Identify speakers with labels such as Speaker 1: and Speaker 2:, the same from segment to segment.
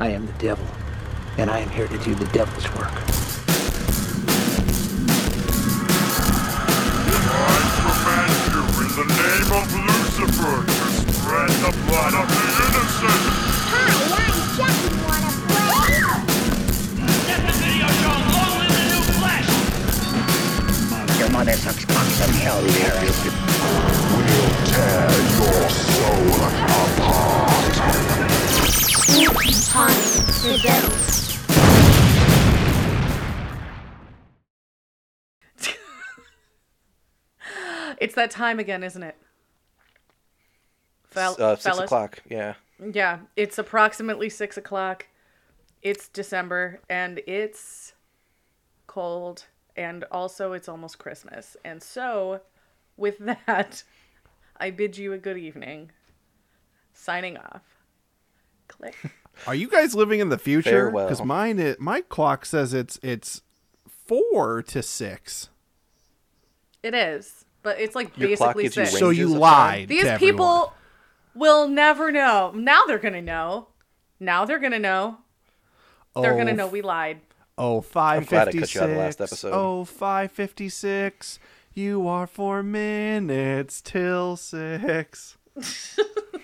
Speaker 1: I am the devil, and I am here to do the devil's work.
Speaker 2: I command you in the name of Lucifer to spread the blood of the innocent.
Speaker 1: Your mother sucks cocks and hell,
Speaker 3: It's that time again, isn't it? Fel-
Speaker 4: uh, six
Speaker 3: fellas?
Speaker 4: o'clock. Yeah.
Speaker 3: Yeah, it's approximately six o'clock. It's December and it's cold, and also it's almost Christmas. And so, with that, I bid you a good evening. Signing off. Click.
Speaker 5: Are you guys living in the future?
Speaker 4: Farewell.
Speaker 5: Because mine, i my clock says it's it's four to six.
Speaker 3: It is, but it's like
Speaker 4: Your clock
Speaker 3: basically
Speaker 4: gives you
Speaker 3: six.
Speaker 4: range.
Speaker 5: So
Speaker 4: Ranges
Speaker 5: you
Speaker 4: of time.
Speaker 5: lied.
Speaker 3: These
Speaker 5: to everyone.
Speaker 3: people will never know. Now they're gonna know. Now they're gonna know. They're gonna
Speaker 5: Oh,
Speaker 3: know we lied.
Speaker 5: Oh, 556.
Speaker 4: glad I cut you out of the last episode.
Speaker 5: Oh, 556. You are four minutes till six.
Speaker 3: It's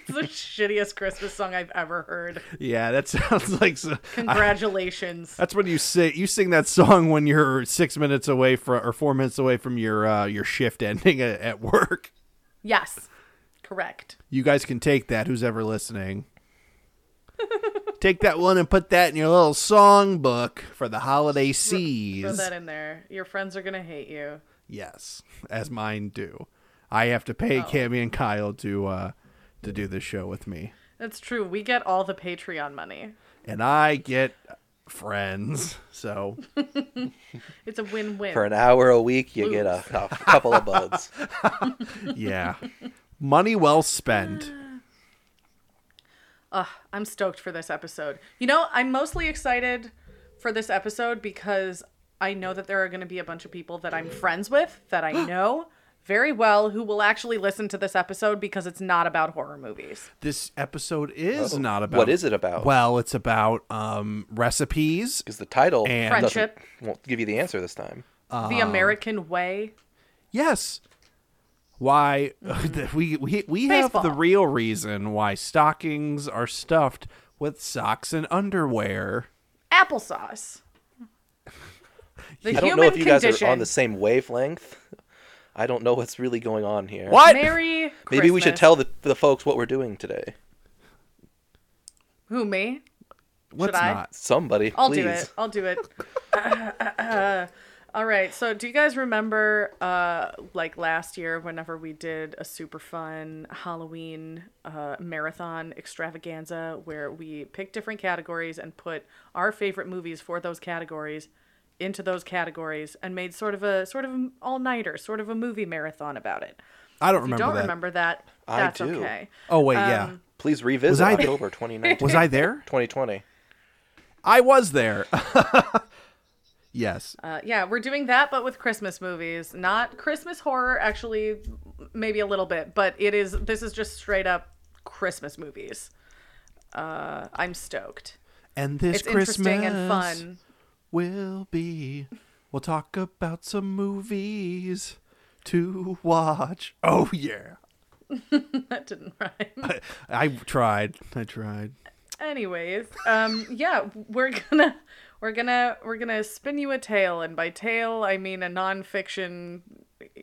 Speaker 3: the shittiest Christmas song I've ever heard.
Speaker 5: Yeah, that sounds like. s- I-
Speaker 3: Congratulations.
Speaker 5: that's when you sing. You sing that song when you're six minutes away from, or four minutes away from your uh, your shift ending at, at work.
Speaker 3: yes. Correct.
Speaker 5: You guys can take that. Who's ever listening? take that one and put that in your little song book for the holiday
Speaker 3: Throw
Speaker 5: seas.
Speaker 3: that in there. Your friends are gonna hate you.
Speaker 5: Yes, as mine do. I have to
Speaker 3: Oh.
Speaker 5: pay Cammy and Kyle to uh, to do this show with me,
Speaker 3: That's true. We get all the Patreon money.
Speaker 5: and I get friends. So
Speaker 3: It's a win-win.
Speaker 4: For an hour a week, you get a, a couple of buds.
Speaker 5: yeah, money well spent.
Speaker 3: I'm stoked for this episode. You know, I'm mostly excited for this episode because I know that there are going to be a bunch of people that I'm friends with that I know very well who will actually listen to this episode because it's not about horror movies.
Speaker 5: This episode is
Speaker 4: Oh,
Speaker 5: not about
Speaker 4: what is it about?
Speaker 5: Well, it's about um, recipes.
Speaker 4: Because the title
Speaker 5: And- Uh-huh.
Speaker 4: doesn't-
Speaker 3: Friendship.
Speaker 4: won't give you the answer this time.
Speaker 3: the American Way.
Speaker 5: Yes. Why we we we
Speaker 3: Baseball.
Speaker 5: have the real reason why stockings are stuffed with socks and underwear.
Speaker 3: applesauce. The
Speaker 4: I don't know if you guys are on the same wavelength. I don't know what's really going on here.
Speaker 5: What?
Speaker 3: Merry
Speaker 4: Maybe we should
Speaker 3: Christmas.
Speaker 4: tell the, the folks what we're doing today.
Speaker 3: who me.
Speaker 5: What's
Speaker 3: I?
Speaker 5: not?
Speaker 4: Somebody,
Speaker 3: I'll
Speaker 4: please.
Speaker 3: do it. I'll do it. all right. So, do you guys remember, uh, like last year, whenever we did a super fun Halloween uh, marathon extravaganza, where we picked different categories and put our favorite movies for those categories into those categories and made sort of a sort of an all nighter, sort of a movie marathon about it.
Speaker 5: I don't remember
Speaker 3: Don't
Speaker 5: that.
Speaker 3: remember Um, that?
Speaker 4: I
Speaker 3: That's
Speaker 4: do.
Speaker 3: okay.
Speaker 5: Oh wait, yeah.
Speaker 4: Please revisit
Speaker 5: I-
Speaker 4: October 2019.
Speaker 5: Was I there?
Speaker 4: 2020.
Speaker 5: I was there. yes.
Speaker 3: Uh, yeah, we're doing that, but with Christmas movies, not Christmas horror. Actually, m- maybe a little bit, but it is. This is just straight up Christmas movies. Uh, I'm stoked.
Speaker 5: and this
Speaker 3: It's
Speaker 5: Christmas
Speaker 3: interesting and fun.
Speaker 5: will be. We'll talk about some movies to watch. Oh yeah.
Speaker 3: That didn't rhyme.
Speaker 5: I tried. I tried.
Speaker 3: Anyways, um, yeah, we're gonna we're gonna we're gonna spin you a tale, and by tale I mean a nonfiction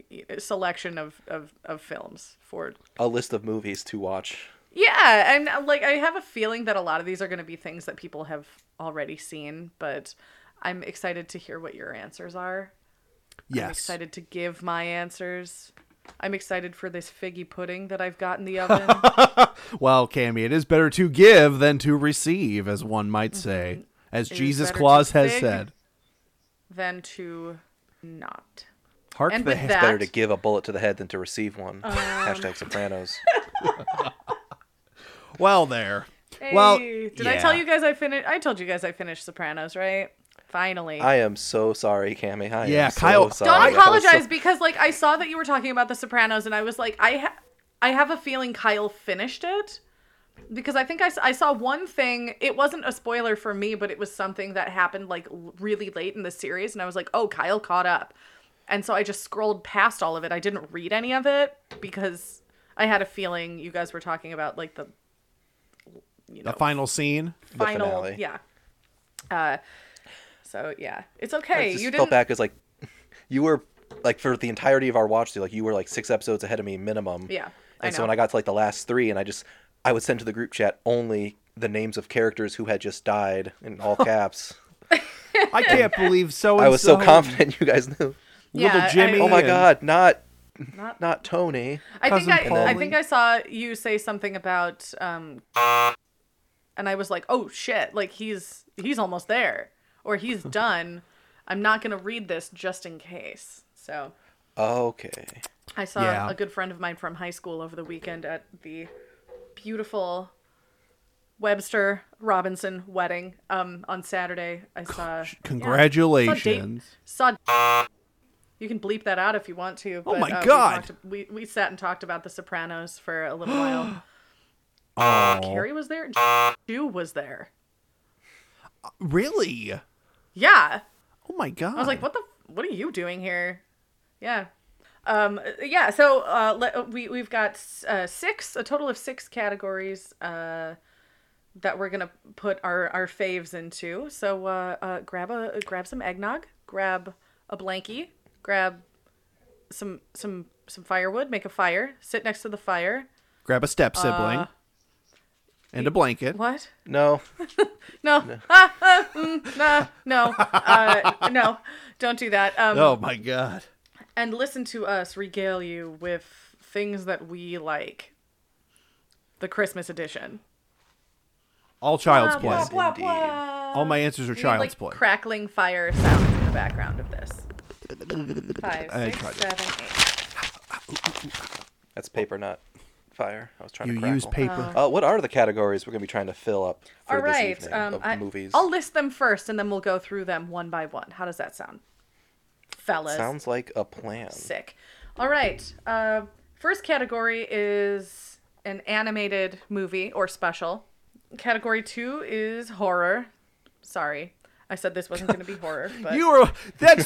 Speaker 3: eh, selection of of, of films for
Speaker 4: A list of movies to watch.
Speaker 3: Yeah, and uh, like I have a feeling that a lot of these are going to be things that people have already seen, but I'm excited to hear what your answers are. I'm
Speaker 5: Yes.
Speaker 3: excited to give my answers. I'm excited for this figgy pudding that I've got in the oven.
Speaker 5: Well, Cammy, it is better to give than to receive, as one might say, as
Speaker 3: Mm-hmm. is
Speaker 5: Jesus
Speaker 3: better
Speaker 5: Claus
Speaker 3: to
Speaker 5: has
Speaker 3: fig-
Speaker 5: said.
Speaker 3: than to not.
Speaker 5: Hark
Speaker 3: And
Speaker 5: the
Speaker 3: with
Speaker 5: he-
Speaker 3: that, Um.
Speaker 4: Better to give a bullet to the head than to receive one. Hashtag Sopranos.
Speaker 5: well there.
Speaker 3: Hey,
Speaker 5: well,
Speaker 3: did I
Speaker 5: yeah.
Speaker 3: tell you guys I finished? I told you guys I finished Sopranos, right? Finally.
Speaker 4: I am so sorry, Cammy. I
Speaker 5: Yeah,
Speaker 4: am so
Speaker 5: Kyle-
Speaker 4: sorry.
Speaker 3: Don't
Speaker 4: I was
Speaker 3: apologize
Speaker 4: so-
Speaker 3: because like I saw that you were talking about The Sopranos and I was like I ha- I have a feeling Kyle finished it, because I think I, s- I saw one thing. It wasn't a spoiler for me, but it was something that happened like l- really late in the series, and I was like, "Oh, Kyle caught up," and so I just scrolled past all of it. I didn't read any of it because I had a feeling you guys were talking about like the you know
Speaker 5: The final scene.
Speaker 4: the
Speaker 3: final
Speaker 4: finale.
Speaker 3: yeah. Uh, so yeah, it's okay.
Speaker 4: I just
Speaker 3: you
Speaker 4: felt
Speaker 3: didn't.
Speaker 4: back as like you were like for the entirety of our watch through, like you were like six episodes ahead of me minimum.
Speaker 3: Yeah, I
Speaker 4: And so
Speaker 3: know.
Speaker 4: when I got to like the last three, and I just I would send to the group chat only the names of characters who had just died in all caps.
Speaker 5: I can't believe
Speaker 3: Oh,
Speaker 5: so.
Speaker 4: I was so confident you guys knew.
Speaker 5: Little
Speaker 3: Yeah, I-
Speaker 5: Jimmy.
Speaker 4: Oh my
Speaker 5: and-
Speaker 4: god, not
Speaker 3: Not-
Speaker 4: not Tony.
Speaker 3: I think
Speaker 5: Cousin
Speaker 3: I, I
Speaker 5: Paulie.
Speaker 3: think I saw you say something about um, and I was like, oh shit, like he's he's almost there or he's done. I'm not gonna read this just in case. So
Speaker 4: Okay.
Speaker 3: I saw
Speaker 5: Yeah.
Speaker 3: a good friend of mine from high school over the weekend at the beautiful Webster Robinson wedding um, on Saturday. I saw yeah,
Speaker 5: Congratulations.
Speaker 3: saw, date, saw you can bleep that out if you want to. But,
Speaker 5: Oh my
Speaker 3: uh, we
Speaker 5: God.
Speaker 3: talked- We, we sat and talked about The Sopranos for a little while.
Speaker 5: Oh,
Speaker 3: Carrie was there. Jew was there.
Speaker 5: really?
Speaker 3: Yeah.
Speaker 5: Oh my god.
Speaker 3: I was like, what the? What are you doing here? Yeah. Um, yeah. So uh, let, we we've got uh, six a total of six categories uh, that we're gonna put our our faves into. So uh, uh, grab a grab some eggnog, grab a blankie, grab some some some firewood, make a fire, sit next to the fire.
Speaker 5: Grab a
Speaker 3: uh,
Speaker 5: step sibling. and a blanket.
Speaker 3: What?
Speaker 4: No.
Speaker 3: No. Ah, ah, mm, nah, no. Uh, no. Don't do that. Um,
Speaker 5: Oh my god.
Speaker 3: and listen to us regale you with things that we like. The Christmas edition.
Speaker 5: All child's play.
Speaker 4: Yes,
Speaker 3: blah,
Speaker 4: indeed.
Speaker 5: Uh, All my answers are
Speaker 3: We need,
Speaker 5: child's
Speaker 3: like,
Speaker 5: play.
Speaker 3: Crackling fire sounds in the background of this. Five,
Speaker 5: I
Speaker 3: six,
Speaker 5: tried it.
Speaker 3: seven, eight.
Speaker 4: That's paper, not fire. I was trying
Speaker 5: you
Speaker 4: to crackle.
Speaker 5: use paper.
Speaker 4: Uh, what are the categories we're going to be trying to fill up for
Speaker 3: All
Speaker 4: this
Speaker 3: right.
Speaker 4: evening
Speaker 3: Um,
Speaker 4: of
Speaker 3: I,
Speaker 4: movies?
Speaker 3: I'll list them first, and then we'll go through them one by one. How does that sound, fellas?
Speaker 4: Sounds like a plan.
Speaker 3: Sick. All right. Uh, first category is an animated movie or special. Category two is horror. Sorry, I said this wasn't going to be horror, but
Speaker 5: you were. That's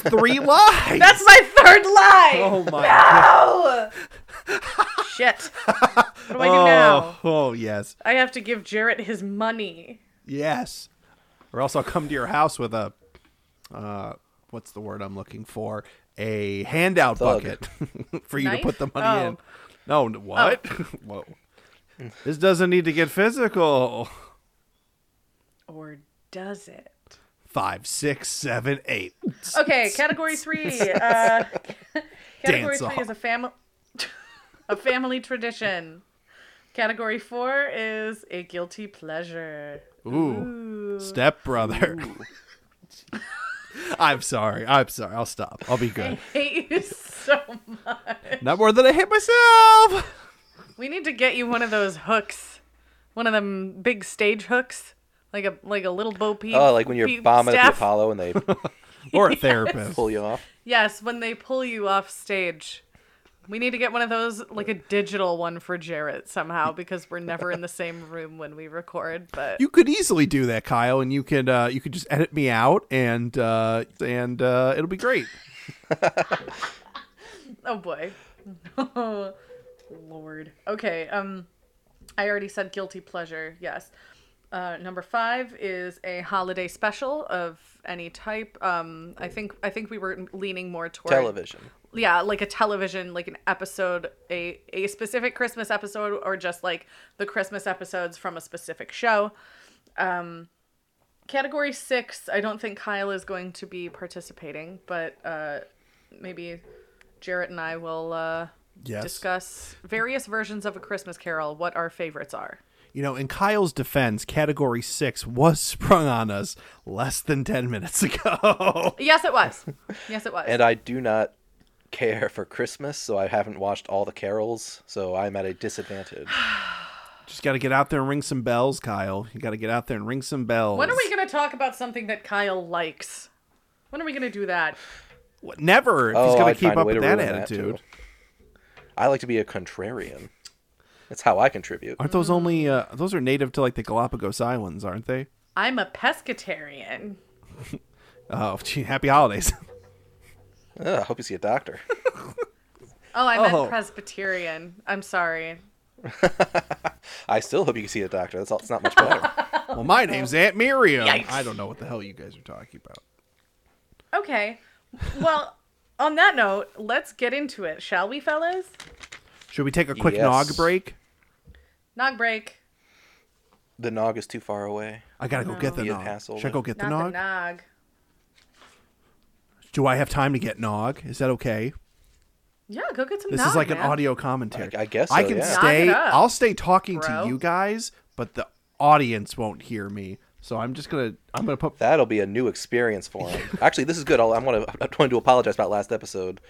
Speaker 5: three lies.
Speaker 3: that's my third lie.
Speaker 5: Oh my god.
Speaker 3: Oh! Shit. What do I do now?
Speaker 5: Oh, oh yes,
Speaker 3: I have to give Jarrett his money.
Speaker 5: yes. Or else I'll come to your house with a. Uh, what's the word I'm looking for? A handout
Speaker 4: Thug.
Speaker 5: bucket for you to
Speaker 3: Knife?
Speaker 5: put the money
Speaker 3: Oh.
Speaker 5: in. No, n- what? Whoa. This doesn't need to get physical.
Speaker 3: Or does it?
Speaker 5: Five, six, seven, eight.
Speaker 3: Okay, category three. Uh, category
Speaker 5: Dance-off.
Speaker 3: three is a family, a family tradition. Category four is a guilty pleasure.
Speaker 5: Ooh. Step brother. I'm sorry. I'm sorry. I'll stop. I'll be
Speaker 3: I
Speaker 5: good.
Speaker 3: hate you so much.
Speaker 5: Not more than I hit myself.
Speaker 3: We need to get you one of those hooks, one of them big stage hooks, like a like a little bo peep.
Speaker 4: Oh, like when you're
Speaker 3: peep
Speaker 4: bombing at the
Speaker 3: staff.
Speaker 4: Apollo and they
Speaker 5: Or a therapist.
Speaker 4: pull you off.
Speaker 3: Yes, when they pull you off stage. We need to get one of those, like a digital one for Jarrett somehow, because we're never in the same room when we record. But
Speaker 5: You could easily do that, Kyle, and you could uh, you could just edit me out, and uh, and uh, it'll be great.
Speaker 3: Oh boy. Lord. Okay, um I already said guilty pleasure. Yes. Uh number 5 is a holiday special of any type. Um I think I think we were leaning more toward
Speaker 4: Television.
Speaker 3: Yeah, like a television, like an episode, a a specific Christmas episode or just like the Christmas episodes from a specific show. Um, Category six, I don't think Kyle is going to be participating, but uh, maybe Jarrett and I will uh,
Speaker 5: Yes.
Speaker 3: discuss various versions of A Christmas Carol, what our favorites are.
Speaker 5: You know, in Kyle's defense, Category Six was sprung on us less than ten minutes ago.
Speaker 3: Yes, it was. Yes, it was.
Speaker 4: And uh, I do not care for Christmas, so I haven't watched all the carols, so I'm at a disadvantage.
Speaker 5: just got to get out there and ring some bells, Kyle. You got to get out there and ring some bells.
Speaker 3: when are we going to talk about something that Kyle likes? When are we going to do that?
Speaker 5: What- Never. If
Speaker 4: Oh,
Speaker 5: he's going
Speaker 4: I'd
Speaker 5: to keep
Speaker 4: find a
Speaker 5: up
Speaker 4: way
Speaker 5: with
Speaker 4: to
Speaker 5: that
Speaker 4: ruin that,
Speaker 5: attitude.
Speaker 4: too. I like to be a contrarian. That's how I contribute.
Speaker 5: Aren't those only uh, those are native to like the Galapagos Islands, aren't they?
Speaker 3: I'm a pescatarian.
Speaker 5: Oh, gee, happy holidays.
Speaker 4: Ugh, I hope you see a doctor.
Speaker 3: Oh, I meant
Speaker 5: Oh.
Speaker 3: Presbyterian. I'm sorry.
Speaker 4: I still hope you can see a doctor. That's all. It's not much better.
Speaker 5: well, my name's Aunt Miriam.
Speaker 3: Yikes.
Speaker 5: I don't know what the hell you guys are talking about.
Speaker 3: Okay. Well, on that note, let's get into it, shall we, fellas?
Speaker 5: Should we take a quick
Speaker 4: Yes.
Speaker 5: nog break?
Speaker 3: Nog break.
Speaker 4: the nog is too far away.
Speaker 5: I gotta go get the
Speaker 4: Be a
Speaker 5: nog.
Speaker 4: hassle,
Speaker 5: Should I
Speaker 4: but-
Speaker 5: go get the
Speaker 3: Not
Speaker 5: nog?
Speaker 3: the nog.
Speaker 5: Do I have time to get nog? Is that okay?
Speaker 3: Yeah, go get some
Speaker 5: This
Speaker 3: nog,
Speaker 5: is like an
Speaker 3: man.
Speaker 5: audio commentary.
Speaker 4: I- I guess
Speaker 5: I
Speaker 4: so,
Speaker 5: can
Speaker 4: yeah. Knock
Speaker 5: stay.
Speaker 3: it up,
Speaker 5: I'll stay talking
Speaker 3: bro.
Speaker 5: to you guys, but the audience won't hear me. So I'm just gonna. I'm gonna put.
Speaker 4: That'll be a new experience for him. Actually, this is good. I'll, I want to. I wanted to apologize about last episode,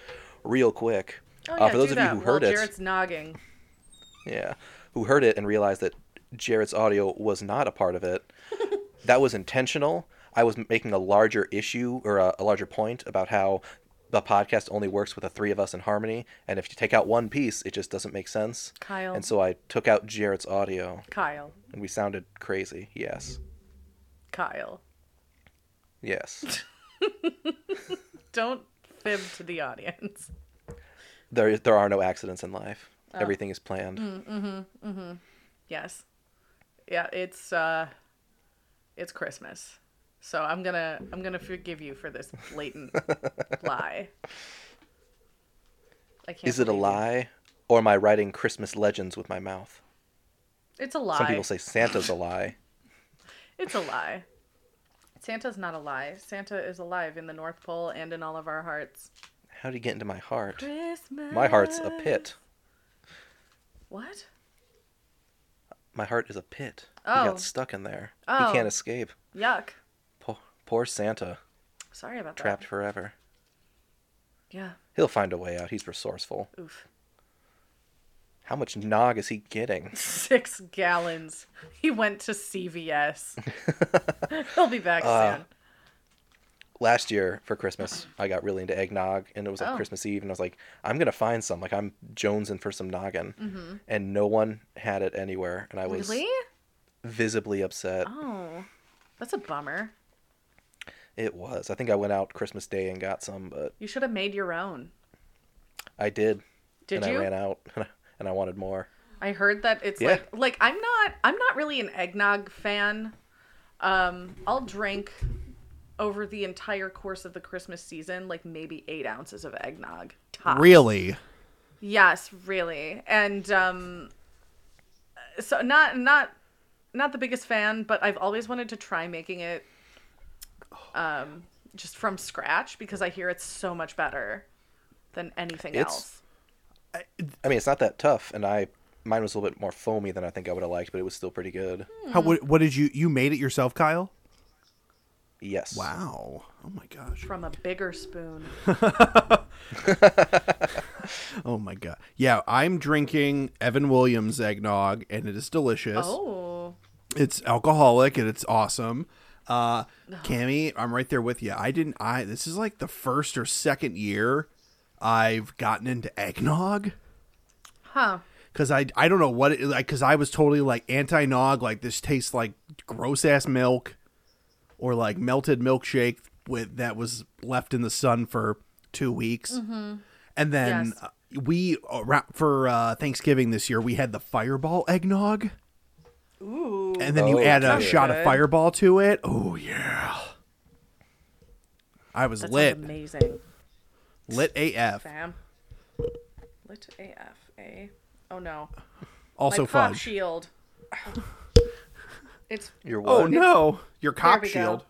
Speaker 4: real quick.
Speaker 3: Oh,
Speaker 4: Uh,
Speaker 3: yeah,
Speaker 4: for those
Speaker 3: do
Speaker 4: of
Speaker 3: that
Speaker 4: you who heard
Speaker 3: while
Speaker 4: it,
Speaker 3: Jared's nogging.
Speaker 4: yeah, who heard it and realized that Jarrett's audio was not a part of it, that was intentional. I was making a larger issue or a, a larger point about how the podcast only works with the three of us in harmony, and if you take out one piece, it just doesn't make sense.
Speaker 3: Kyle.
Speaker 4: And so I took out Jarrett's audio,
Speaker 3: Kyle.
Speaker 4: and we sounded crazy. Yes,
Speaker 3: Kyle.
Speaker 4: yes.
Speaker 3: Don't fib to the audience.
Speaker 4: there, there are no accidents in life. Everything is planned.
Speaker 3: Yes. Yeah, it's uh it's Christmas. So I'm going to I'm going to forgive you for this blatant lie. I can't
Speaker 4: Is it a
Speaker 3: believe you.
Speaker 4: lie, or am I writing Christmas legends with my mouth?
Speaker 3: It's a lie.
Speaker 4: Some people say Santa's a lie.
Speaker 3: It's a lie. Santa's not a lie. Santa is alive in the North Pole and in all of our hearts.
Speaker 4: How do you get into my heart?
Speaker 3: Christmas.
Speaker 4: My heart's a pit.
Speaker 3: What?
Speaker 4: My heart is a pit. He
Speaker 3: Oh.
Speaker 4: got stuck in there.
Speaker 3: Oh.
Speaker 4: He can't escape.
Speaker 3: Yuck.
Speaker 4: Poor, poor Santa,
Speaker 3: Sorry about that.
Speaker 4: trapped forever.
Speaker 3: Yeah.
Speaker 4: He'll find a way out. He's resourceful.
Speaker 3: Oof.
Speaker 4: How much nog is he getting?
Speaker 3: Six gallons. He went to CVS. He'll be back
Speaker 4: Uh,
Speaker 3: soon.
Speaker 4: Last year for Christmas, I got really into eggnog, and it was like
Speaker 3: Oh.
Speaker 4: Christmas Eve, and I was like, I'm gonna find some. Like I'm jonesing for some noggin, and no one had it anywhere, and I was
Speaker 3: Mm-hmm. Really?
Speaker 4: visibly upset.
Speaker 3: Oh, that's a bummer.
Speaker 4: It was. I think I went out Christmas Day and got some, but
Speaker 3: You should have made your own.
Speaker 4: I did.
Speaker 3: Did
Speaker 4: and
Speaker 3: you?
Speaker 4: I ran out and I wanted more.
Speaker 3: I heard that it's
Speaker 4: Yeah.
Speaker 3: like like I'm not I'm not really an eggnog fan. Um, I'll drink over the entire course of the Christmas season like maybe eight ounces of eggnog. Tops.
Speaker 5: Really?
Speaker 3: Yes, really. And um, so not not not the biggest fan, but I've always wanted to try making it um just from scratch because I hear it's so much better than anything
Speaker 4: It's-
Speaker 3: else.
Speaker 4: I mean, it's not that tough and I mine was a little bit more foamy than I think I would have liked, but it was still pretty good.
Speaker 3: Hmm.
Speaker 5: How? What, what did you? You made it yourself, Kyle?
Speaker 4: Yes.
Speaker 5: Wow. Oh my gosh.
Speaker 3: From a bigger spoon.
Speaker 5: Oh my god. Yeah, I'm drinking Evan Williams eggnog, and it is delicious.
Speaker 3: Oh.
Speaker 5: It's alcoholic, and it's awesome. Uh, Cammy, I'm right there with you. I didn't. I this is like the first or second year I've gotten into eggnog.
Speaker 3: Huh.
Speaker 5: Cause I I don't know what it like. Cause I was totally like anti nog. Like this tastes like gross ass milk, or like melted milkshake with that was left in the sun for two weeks, and
Speaker 3: Mm-hmm.
Speaker 5: then
Speaker 3: Yes.
Speaker 5: uh, we around, for uh, Thanksgiving this year we had the Fireball eggnog,
Speaker 3: Ooh.
Speaker 5: and then you
Speaker 4: Oh,
Speaker 5: add a
Speaker 4: Sounds
Speaker 5: shot
Speaker 3: good.
Speaker 5: of Fireball to it. Oh yeah, I was
Speaker 3: That
Speaker 5: lit,
Speaker 3: sounds amazing,
Speaker 5: lit AF.
Speaker 3: fam. Lit AF, eh? Oh no.
Speaker 5: Also
Speaker 3: My pop
Speaker 5: fudge.
Speaker 3: shield. It's
Speaker 4: Your what?
Speaker 5: Oh no, your
Speaker 3: there
Speaker 5: cop
Speaker 3: we go.
Speaker 5: shield.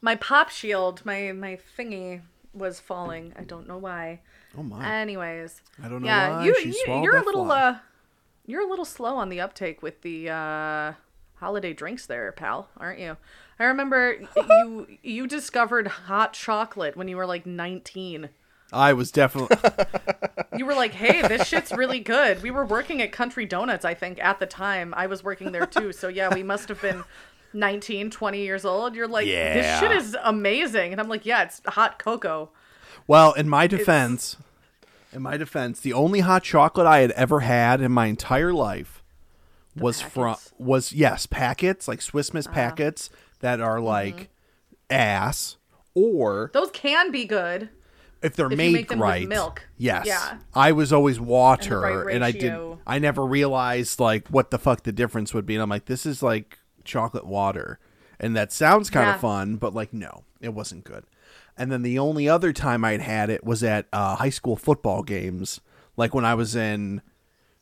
Speaker 3: My pop shield, my my thingy was falling. I don't know why.
Speaker 5: Oh my,
Speaker 3: Anyways,
Speaker 5: I don't know
Speaker 3: yeah,
Speaker 5: why
Speaker 3: you,
Speaker 5: she
Speaker 3: you
Speaker 5: swallowed
Speaker 3: you're a
Speaker 5: that
Speaker 3: little
Speaker 5: fly.
Speaker 3: uh you're a little slow on the uptake with the uh holiday drinks there, pal, aren't you? I remember you you discovered hot chocolate when you were like 19.
Speaker 5: I was definitely.
Speaker 3: You were like, "Hey, this shit's really good." We were working at Country Donuts, I think, at the time. I was working there too. So yeah, we must have been 19, 20 years old. You're like, "This
Speaker 5: Yeah.
Speaker 3: shit is amazing." And I'm like, "Yeah, it's hot cocoa."
Speaker 5: Well, in my defense, in my defense, the only hot chocolate I had ever had in my entire life was from
Speaker 3: packets? Uh-huh.
Speaker 5: was yes packets like Swiss Miss packets that are
Speaker 3: Mm-hmm.
Speaker 5: like ass or
Speaker 3: Those can be good.
Speaker 5: if they're
Speaker 3: you
Speaker 5: made
Speaker 3: make them with
Speaker 5: right
Speaker 3: milk.
Speaker 5: yes
Speaker 3: Yeah.
Speaker 5: I was always water
Speaker 3: right
Speaker 5: and, I did
Speaker 3: ratio.
Speaker 5: I never realized like what the fuck the difference would be and I'm like this is like chocolate water and that sounds kind of
Speaker 3: Yeah.
Speaker 5: fun but like no it wasn't good and then the only other time I'd had it was at uh, high school football games like when I was in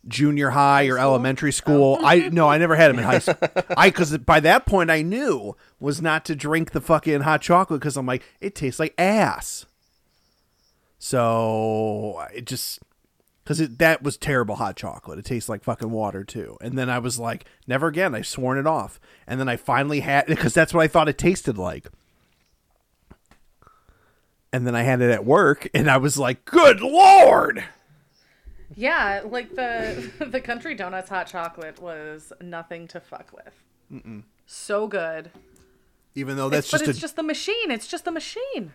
Speaker 5: junior high or elementary school.
Speaker 3: Oh.
Speaker 5: I no, I never had them in high school. I because by that point I knew was not to drink the fucking hot chocolate because I'm like it tastes like ass. So it just because it that was terrible hot chocolate. It tastes like fucking water too. And then I was like, never again. I've sworn it off. And then I finally had because that's what I thought it tasted like. And then I had it at work, and I was like, "Good lord!"
Speaker 3: Yeah, like the the country donuts hot chocolate was nothing to fuck with. Mm-mm. So good.
Speaker 5: Even though that's
Speaker 3: It's- but
Speaker 5: just a
Speaker 3: it's just the machine. It's just the machine.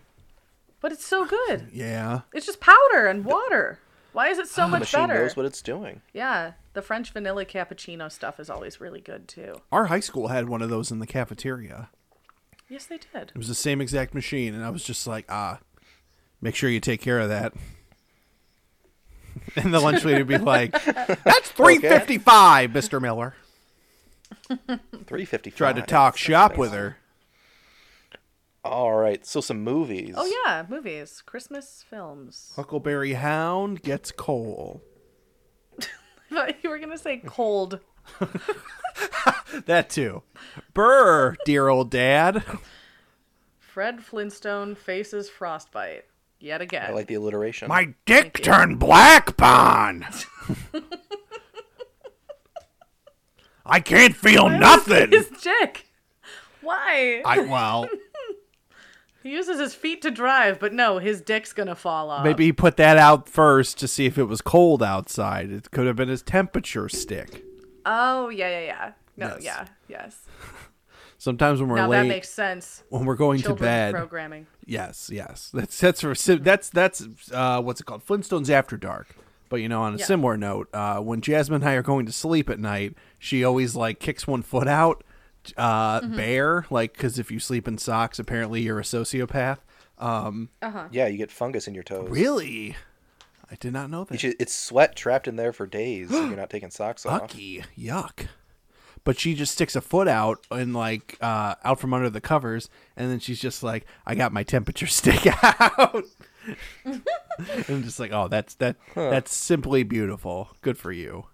Speaker 3: But it's so good.
Speaker 5: yeah.
Speaker 3: It's just powder and water. Why is it so
Speaker 4: The
Speaker 3: much
Speaker 4: machine
Speaker 3: better?
Speaker 4: knows what it's doing.
Speaker 3: Yeah, the French vanilla cappuccino stuff is always really good too.
Speaker 5: Our high school had one of those in the cafeteria.
Speaker 3: Yes, they did.
Speaker 5: It was the same exact machine, and I was just like, ah, make sure you take care of that. and the lunch lady would be like, that's three fifty five, Mister Miller.
Speaker 4: Three fifty.
Speaker 5: Tried to talk shop with her.
Speaker 4: All right, so some movies.
Speaker 3: Oh yeah, movies, Christmas films.
Speaker 5: Huckleberry Hound gets coal.
Speaker 3: I thought you were gonna say cold.
Speaker 5: That too. Burr, dear old dad.
Speaker 3: Fred Flintstone faces frostbite yet again.
Speaker 4: I like the alliteration.
Speaker 5: My dick turned black, Bon. I can't feel nothing.
Speaker 3: his dick. Why?
Speaker 5: I well.
Speaker 3: He uses his feet to drive, but no, his dick's gonna fall off.
Speaker 5: Maybe he put that out first to see if it was cold outside. It could have been his temperature stick.
Speaker 3: Oh yeah, yeah, yeah. No,
Speaker 5: Yes.
Speaker 3: yeah, yes.
Speaker 5: Sometimes when we're
Speaker 3: Now
Speaker 5: late,
Speaker 3: that makes sense.
Speaker 5: when we're going to
Speaker 3: Children's
Speaker 5: bed,
Speaker 3: programming.
Speaker 5: yes, yes, that's that's for si- that's that's uh, what's it called? Flintstones After Dark. But you know, on a
Speaker 3: Yeah.
Speaker 5: similar note, uh, when Jasmine and I are going to sleep at night, she always like kicks one foot out, uh,
Speaker 3: Mm-hmm.
Speaker 5: bare, like because if you sleep in socks, apparently you're a sociopath. Um,
Speaker 4: yeah, you get fungus in your toes.
Speaker 5: really, I did not know that.
Speaker 4: You should- It's sweat trapped in there for days if you're not taking socks off.
Speaker 5: Bucky, yuck. But she just sticks a foot out and like uh, out from under the covers, and then she's just like, "I got my temperature stick out." and I'm just like, "Oh, that's that. That's simply beautiful. Good for you."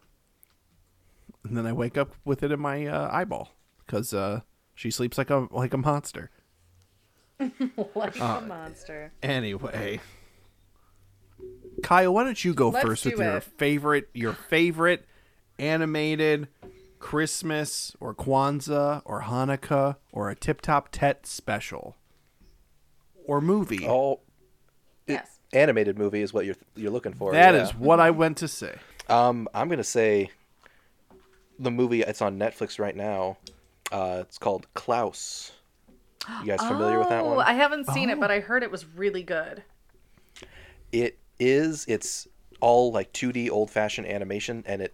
Speaker 5: And then I wake up with it in my uh, eyeball because uh, she sleeps like a like a monster.
Speaker 3: Like
Speaker 4: Uh,
Speaker 3: a monster.
Speaker 5: Anyway, Kyle, why don't you go
Speaker 3: Let's
Speaker 5: first with
Speaker 3: do
Speaker 5: your
Speaker 3: it.
Speaker 5: favorite, your favorite animated Christmas or Kwanzaa or Hanukkah or a Tip Top Tet special or movie?
Speaker 4: All
Speaker 3: Yes.
Speaker 4: animated movie is what you're you're looking for.
Speaker 5: That is
Speaker 4: yeah.
Speaker 5: what I went to say.
Speaker 4: Um, I'm gonna say the movie. It's on Netflix right now. Uh, it's called Klaus. You guys familiar with that
Speaker 3: Oh,
Speaker 4: one?
Speaker 3: I haven't seen it, but I heard it was really good.
Speaker 4: it is it's all like 2d old-fashioned animation and it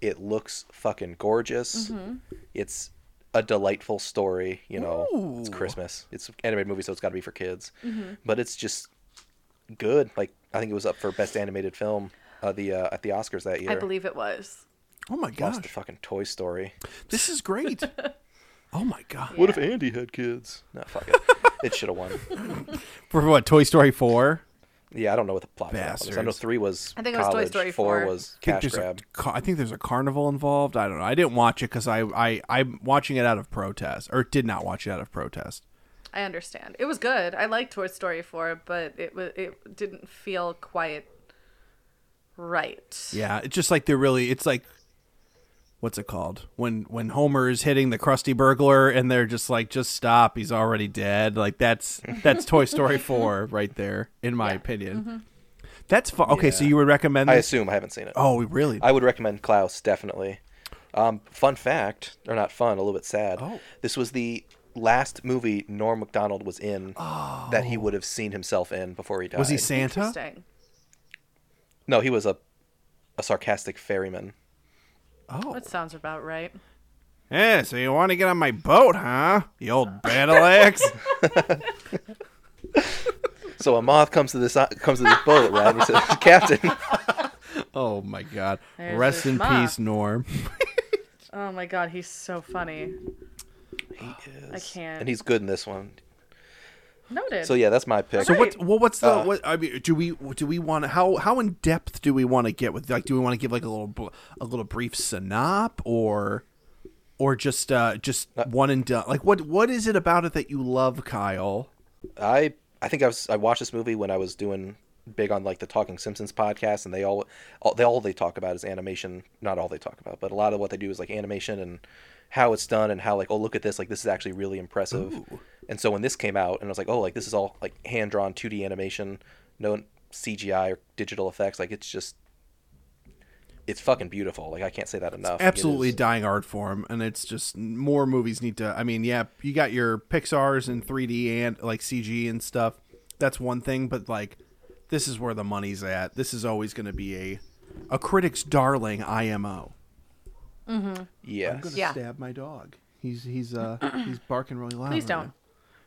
Speaker 4: it looks fucking gorgeous
Speaker 3: Mm-hmm.
Speaker 4: it's a delightful story you know it's christmas it's an animated movie so it's got to be for kids
Speaker 3: Mm-hmm.
Speaker 4: but it's just good like i think it was up for best animated film uh, the uh, at the oscars that year
Speaker 3: I believe it was.
Speaker 5: Oh my
Speaker 4: lost the
Speaker 5: gosh,
Speaker 4: fucking toy story
Speaker 5: this is great! oh my god,
Speaker 4: what if andy had kids no fuck it it should have won
Speaker 5: for what Toy Story four?
Speaker 4: yeah i don't know what the plot of that one is. i know
Speaker 5: Bastards.
Speaker 4: three was
Speaker 3: I think it was Toy
Speaker 4: college,
Speaker 3: Story
Speaker 4: four
Speaker 3: four.
Speaker 4: was
Speaker 5: I think
Speaker 4: cash
Speaker 5: there's a
Speaker 4: grab
Speaker 5: ca- I think there's a carnival involved. I don't know. I didn't watch it because I, I I'm watching it out of protest, or did not watch it out of protest.
Speaker 3: I understand. It was good. I liked Toy Story 4, but it was it didn't feel quite right.
Speaker 5: Yeah, it's just like they're really. It's like, what's it called when when Homer is hitting the crusty burglar and they're just like, just stop, he's already dead. Like that's that's Toy Story four right there, in my opinion. That's fun. Okay, so
Speaker 4: Mm-hmm. Yeah.
Speaker 5: you would recommend?
Speaker 4: i
Speaker 5: This?
Speaker 4: assume i haven't seen it
Speaker 5: oh, we really?
Speaker 4: I would recommend Klaus definitely. Um, fun fact, or not fun, a little bit sad.
Speaker 5: Oh.
Speaker 4: This was the last movie Norm Macdonald was in that he would have seen himself in before he died.
Speaker 5: Oh. was he Santa?
Speaker 3: Interesting.
Speaker 4: No, he was a a sarcastic ferryman.
Speaker 5: Oh.
Speaker 3: That sounds about right.
Speaker 5: Yeah, so you want to get on my boat, huh? You old battle axe.
Speaker 4: So a moth comes to this uh, comes to this boat, right? And he says, "Captain,
Speaker 5: oh my god.
Speaker 3: There's
Speaker 5: Rest
Speaker 3: this
Speaker 5: in
Speaker 3: moth.
Speaker 5: peace, Norm.
Speaker 3: Oh my god, he's so funny.
Speaker 4: he is."
Speaker 3: can't.
Speaker 4: And he's good in this one.
Speaker 3: Noted.
Speaker 4: So yeah, that's my pick.
Speaker 5: So
Speaker 3: Right.
Speaker 5: what? Well, what's the?
Speaker 4: Uh,
Speaker 5: what I mean, do we do we want to how how in depth do we want to get with like do we want to give like a little bl- a little brief synop or or just uh just one and done like what what is it about it that you love, Kyle?
Speaker 4: I I think I was I watched this movie when I was doing big on like the Talking Simpsons podcast, and they all, all they all they talk about is animation. Not all they talk about, but a lot of what they do is like animation and how it's done and how like oh look at this like this is actually really impressive. And so when this came out, and I was like oh like this is all like hand drawn 2D animation, no CGI or digital effects. Like it's just it's fucking beautiful. Like I can't say that enough. It
Speaker 5: Absolutely
Speaker 4: is-
Speaker 5: dying art form, and it's just more movies need to. I mean, yeah, you got your Pixar's and 3D and like CG and stuff. That's one thing, but like this is where the money's at. This is always going to be a a critic's darling IMO.
Speaker 4: yes.
Speaker 5: gonna
Speaker 6: Yeah.
Speaker 5: stab my dog. He's he's uh he's barking really loud.
Speaker 3: Please
Speaker 5: right
Speaker 3: don't.
Speaker 5: now.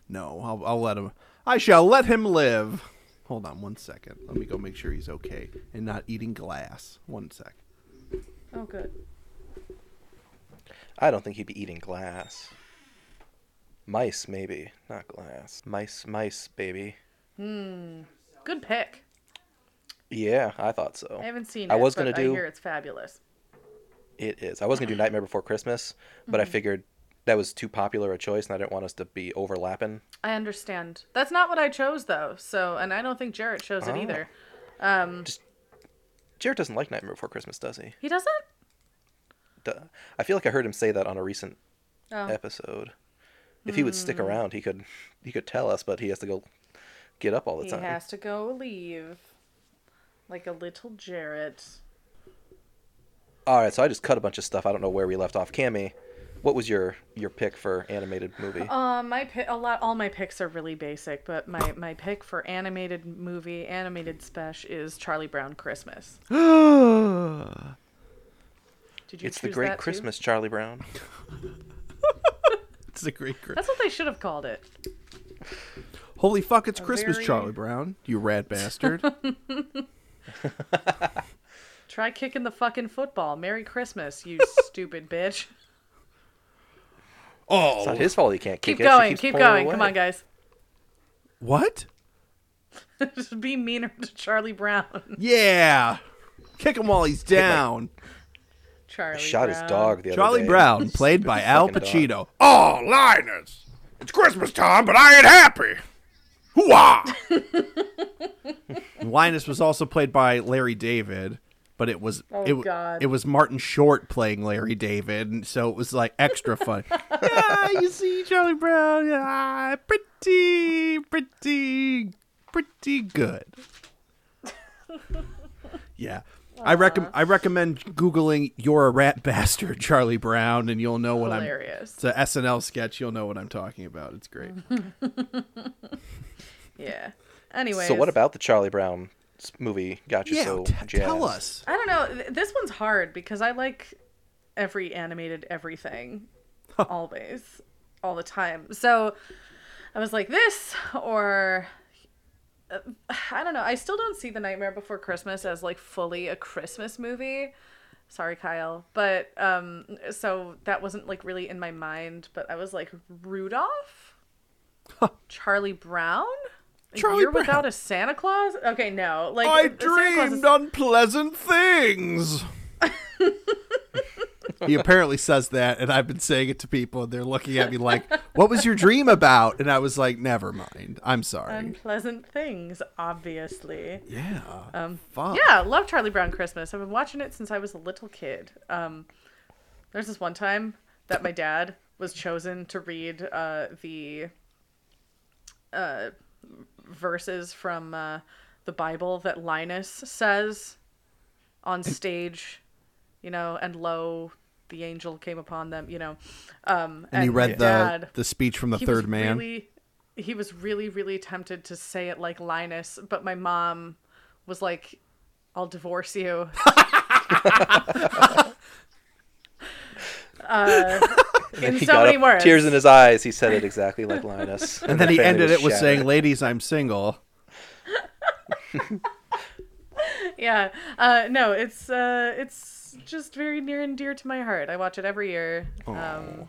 Speaker 5: No, I'll I'll let him. I shall let him live. Hold on one second. Let me go make sure he's okay and not eating glass. One sec.
Speaker 3: Oh good.
Speaker 4: I don't think he'd be eating glass. Mice, maybe, not glass. Mice, mice, baby.
Speaker 3: Good pick.
Speaker 4: Yeah, I thought so.
Speaker 3: I haven't seen it.
Speaker 4: I was
Speaker 3: but
Speaker 4: gonna do
Speaker 3: I hear it's fabulous.
Speaker 4: it is. I was gonna do Nightmare Before Christmas, but
Speaker 3: Mm-hmm.
Speaker 4: I figured that was too popular a choice, and I didn't want us to be overlapping.
Speaker 3: I understand. That's not what I chose though. So, and I don't think Jarrett chose it
Speaker 4: Oh.
Speaker 3: either.
Speaker 4: Jared doesn't like Nightmare Before Christmas, does he?
Speaker 3: He doesn't.
Speaker 4: Duh. I feel like I heard him say that on a recent
Speaker 3: Oh. Hmm.
Speaker 4: episode. If he would stick around, he could he could tell us, but he has to go get up all the
Speaker 3: He
Speaker 4: time.
Speaker 3: has to go leave, like a little Jarrett.
Speaker 4: All right, so I just cut a bunch of stuff. I don't know where we left off. Cammy, what was your your pick for animated movie?
Speaker 3: Um, my pick, a lot, all my picks are really basic, but my my pick for animated movie, animated special is Charlie Brown Christmas. Did you
Speaker 4: it's the
Speaker 3: choose
Speaker 4: Great
Speaker 3: that, too?
Speaker 4: Christmas, Charlie Brown.
Speaker 5: It's a great group.
Speaker 3: That's what they should have called it.
Speaker 5: Holy fuck! It's Christmas,
Speaker 3: very-
Speaker 5: Charlie Brown. You rat bastard.
Speaker 3: Try kicking the fucking football. Merry Christmas, you stupid bitch.
Speaker 4: It's not his fault he can't
Speaker 3: Keep
Speaker 4: kick it. She
Speaker 3: going,
Speaker 4: keeps
Speaker 3: keep
Speaker 4: pulling
Speaker 3: going.
Speaker 4: away.
Speaker 3: Come on, guys.
Speaker 5: what?
Speaker 3: Just be meaner to Charlie Brown.
Speaker 5: Yeah. Kick him while he's down.
Speaker 3: Charlie.
Speaker 4: Shot his
Speaker 3: Brown.
Speaker 4: dog the other
Speaker 5: Charlie
Speaker 4: day.
Speaker 5: Brown, played by Al
Speaker 4: fucking dog.
Speaker 5: Pacino.
Speaker 2: Oh, Linus! It's Christmas time, but I ain't happy! Hoo-ah!
Speaker 5: Linus was also played by Larry David, but it was
Speaker 3: Oh,
Speaker 5: it,
Speaker 3: God.
Speaker 5: it was Martin Short playing Larry David, and so it was like extra fun. ah, you see Charlie Brown, ah, pretty, pretty, pretty good. yeah. I recommend I recommend googling "You're a Rat Bastard, Charlie Brown" and you'll know what
Speaker 3: Hilarious.
Speaker 5: I'm. It's a SNL sketch. You'll know what I'm talking about. It's great.
Speaker 3: Yeah. Anyway.
Speaker 4: So what about the Charlie Brown s- movie got you
Speaker 5: yeah,
Speaker 4: so
Speaker 5: t-
Speaker 4: jazzed?
Speaker 5: tell us.
Speaker 3: I don't know. Th- This one's hard because I like every animated everything, always, all the time. So I was like this, or uh, I don't know. I still don't see The Nightmare Before Christmas as like fully a Christmas movie. Sorry, Kyle, but um, so that wasn't like really in my mind. But I was like Rudolph, Charlie Brown.
Speaker 5: Charlie
Speaker 3: You're
Speaker 5: Brown.
Speaker 3: without a Santa Claus? Okay, no. Like
Speaker 5: I
Speaker 3: Santa Claus is-
Speaker 5: dreamed unpleasant things. he apparently says that, and I've been saying it to people, and they're looking at me like, "What was your dream about?" And I was like, "Never mind. I'm sorry."
Speaker 3: Um, unpleasant things, obviously.
Speaker 5: yeah. Fuck.
Speaker 3: um, Yeah, love Charlie Brown Christmas. I've been watching it since I was a little kid. Um, there's this one time that my dad was chosen to read uh, the uh, verses from uh, the Bible that Linus says on stage, you know, and lo, the angel came upon them, you know. Um,
Speaker 5: And he
Speaker 3: my
Speaker 5: read the
Speaker 3: dad-
Speaker 5: the speech from the
Speaker 3: he
Speaker 5: third
Speaker 3: was
Speaker 5: man.
Speaker 3: Really, he was really, really tempted to say it like Linus, but my mom was like, "I'll divorce you." in
Speaker 4: he
Speaker 3: so
Speaker 4: got
Speaker 3: many
Speaker 4: up,
Speaker 3: words.
Speaker 4: tears in his eyes. He said it exactly like Linus.
Speaker 5: And then he
Speaker 4: their
Speaker 5: ended
Speaker 4: family
Speaker 5: it
Speaker 4: was
Speaker 5: with saying,
Speaker 4: shattered.
Speaker 5: "Ladies, I'm single."
Speaker 3: yeah. Uh, no, it's uh, it's just very near and dear to my heart. I watch it every year. Um,